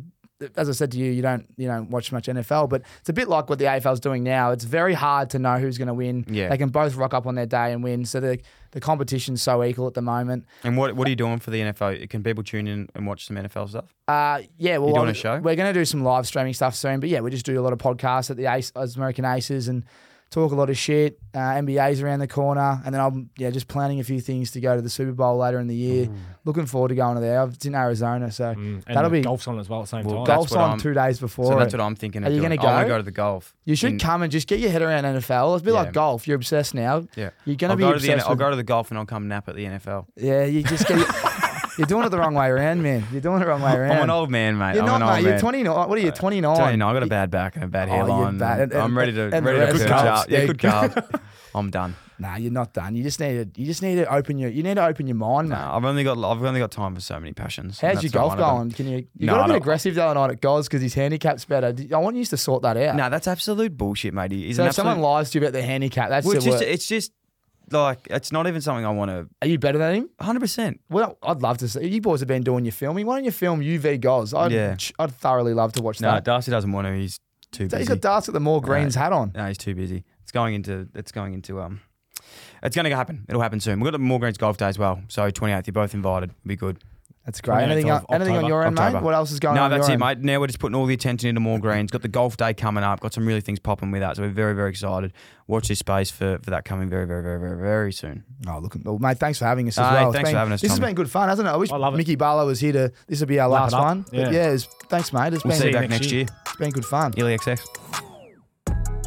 [SPEAKER 3] as I said to you, you don't you don't watch much NFL, but it's a bit like what the AFL's doing now. It's very hard to know who's going to win.
[SPEAKER 2] Yeah.
[SPEAKER 3] they can both rock up on their day and win. So the the competition's so equal at the moment.
[SPEAKER 2] And what what are you doing for the NFL? Can people tune in and watch some NFL stuff?
[SPEAKER 3] Uh, yeah, well,
[SPEAKER 2] You doing
[SPEAKER 3] I'm-
[SPEAKER 2] a show?
[SPEAKER 3] We're going to do some live streaming stuff soon, but yeah, we just do a lot of podcasts at the Ace, Aus American Aces and talk a lot of shit. Uh, NBA's around the corner, and then I'm yeah just planning a few things to go to the Super Bowl later in the year.
[SPEAKER 2] Mm.
[SPEAKER 3] Looking forward to going to there. It's in Arizona, so
[SPEAKER 4] Mm, and
[SPEAKER 3] that'll be
[SPEAKER 4] golf's on as well at the same
[SPEAKER 2] Well,
[SPEAKER 4] time.
[SPEAKER 2] golf-
[SPEAKER 3] golf's
[SPEAKER 2] what
[SPEAKER 3] on
[SPEAKER 2] I'm-
[SPEAKER 3] two days before.
[SPEAKER 2] So that's
[SPEAKER 3] it.
[SPEAKER 2] what I'm thinking.
[SPEAKER 3] Are
[SPEAKER 2] Of
[SPEAKER 3] you
[SPEAKER 2] doing.
[SPEAKER 3] gonna
[SPEAKER 2] I want to
[SPEAKER 3] go?
[SPEAKER 2] go to the golf.
[SPEAKER 3] you should
[SPEAKER 2] in-
[SPEAKER 3] come and just get your head around NFL. It's a bit
[SPEAKER 2] Yeah.
[SPEAKER 3] like golf. You're obsessed now.
[SPEAKER 2] Yeah,
[SPEAKER 3] You're gonna
[SPEAKER 2] I'll
[SPEAKER 3] be
[SPEAKER 2] go to the,
[SPEAKER 3] obsessed
[SPEAKER 2] I'll
[SPEAKER 3] with-
[SPEAKER 2] go to the golf and I'll come nap at the NFL.
[SPEAKER 3] Yeah, you just get. you're doing it the wrong way around, man. You're doing it the wrong way around.
[SPEAKER 2] I'm an old man, mate.
[SPEAKER 3] You're
[SPEAKER 2] I'm
[SPEAKER 3] not,
[SPEAKER 2] an
[SPEAKER 3] mate.
[SPEAKER 2] old
[SPEAKER 3] You're
[SPEAKER 2] man.
[SPEAKER 3] 29. What are you? 29.
[SPEAKER 2] Tell you now, I got a bad back and a bad
[SPEAKER 3] Oh, you're
[SPEAKER 2] hairline.
[SPEAKER 3] bad. And-
[SPEAKER 2] I'm
[SPEAKER 3] and-
[SPEAKER 2] ready to
[SPEAKER 3] and the
[SPEAKER 2] ready to
[SPEAKER 3] rest.
[SPEAKER 2] perch
[SPEAKER 3] Good
[SPEAKER 2] up.
[SPEAKER 3] calves.
[SPEAKER 2] Yeah,
[SPEAKER 3] Yeah,
[SPEAKER 2] good
[SPEAKER 3] good
[SPEAKER 2] calves. I'm done.
[SPEAKER 3] Nah, you're not done. You just need to. You just need to open your. You need to open your mind, mate.
[SPEAKER 2] Nah, I've only got I've only got time for so many passions. and
[SPEAKER 3] How's your
[SPEAKER 2] that's not
[SPEAKER 3] golf
[SPEAKER 2] one of them.
[SPEAKER 3] going? Can you? You
[SPEAKER 2] No, I
[SPEAKER 3] got a bit
[SPEAKER 2] don't-
[SPEAKER 3] aggressive the other night at Goz because his handicap's better. Did- I want you to sort that out.
[SPEAKER 2] No, that's absolute bullshit, mate. He's
[SPEAKER 3] so
[SPEAKER 2] an
[SPEAKER 3] if someone
[SPEAKER 2] absolute.
[SPEAKER 3] lies to you about their handicap, that's
[SPEAKER 2] Well,
[SPEAKER 3] the
[SPEAKER 2] it's just
[SPEAKER 3] worst.
[SPEAKER 2] it's just like it's not even something I want to.
[SPEAKER 3] Are you better than him?
[SPEAKER 2] 100. percent
[SPEAKER 3] Well, I'd love to see. You boys have been doing your filming. Why don't you film you v Goz? I'd,
[SPEAKER 2] Yeah.
[SPEAKER 3] I'd thoroughly love to watch
[SPEAKER 2] No,
[SPEAKER 3] that.
[SPEAKER 2] Darcy doesn't want to. He's too
[SPEAKER 3] So
[SPEAKER 2] busy.
[SPEAKER 3] he's got darts with the more greens hat on.
[SPEAKER 2] No, he's too busy. It's going into. It's going into. Um, it's going to happen. It'll happen soon. We've got the More Greens Golf Day as well. So 28th, you're both invited. Be good.
[SPEAKER 3] That's great.
[SPEAKER 4] 28th
[SPEAKER 3] Anything, on,
[SPEAKER 4] of
[SPEAKER 3] anything on
[SPEAKER 4] October-
[SPEAKER 3] your end, mate?
[SPEAKER 4] October.
[SPEAKER 3] What else is going
[SPEAKER 6] No,
[SPEAKER 3] on? on
[SPEAKER 6] that's
[SPEAKER 3] your
[SPEAKER 6] it,
[SPEAKER 3] end?
[SPEAKER 6] mate. Now we're just putting all the attention into more greens. Got the golf day coming up. Got some really things popping with that. So we're very, very excited. Watch this space for, for that coming very, very, very, very, very soon.
[SPEAKER 3] Oh, look, well, mate, thanks for having us as
[SPEAKER 6] Aye,
[SPEAKER 3] well. It's
[SPEAKER 6] thanks
[SPEAKER 3] been-
[SPEAKER 6] for having us,
[SPEAKER 3] This has
[SPEAKER 6] Tommy.
[SPEAKER 3] been good fun, hasn't it? I wish
[SPEAKER 4] I love it.
[SPEAKER 3] Mickey Barlow was here to. This will be our last
[SPEAKER 4] Wrap it up.
[SPEAKER 3] one.
[SPEAKER 4] Yeah.
[SPEAKER 3] But yeah it's, thanks, mate. It's
[SPEAKER 6] We'll
[SPEAKER 3] been
[SPEAKER 6] see you
[SPEAKER 4] you
[SPEAKER 6] back
[SPEAKER 4] next
[SPEAKER 6] next year.
[SPEAKER 4] year.
[SPEAKER 3] it's been good fun.
[SPEAKER 6] Illy XX.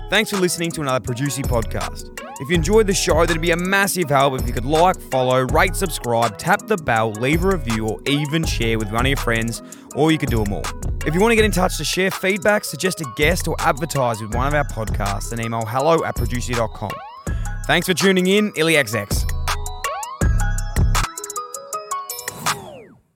[SPEAKER 2] Thanks for listening to another Producy podcast. If you enjoyed the show, that'd be a massive help if you could like, follow, rate, subscribe, tap the bell, leave a review, or even share with one of your friends, or you could do them all. If you want to get in touch to share feedback, suggest a guest, or advertise with one of our podcasts, then email hello at producer.com. Thanks for tuning in, IllyXX.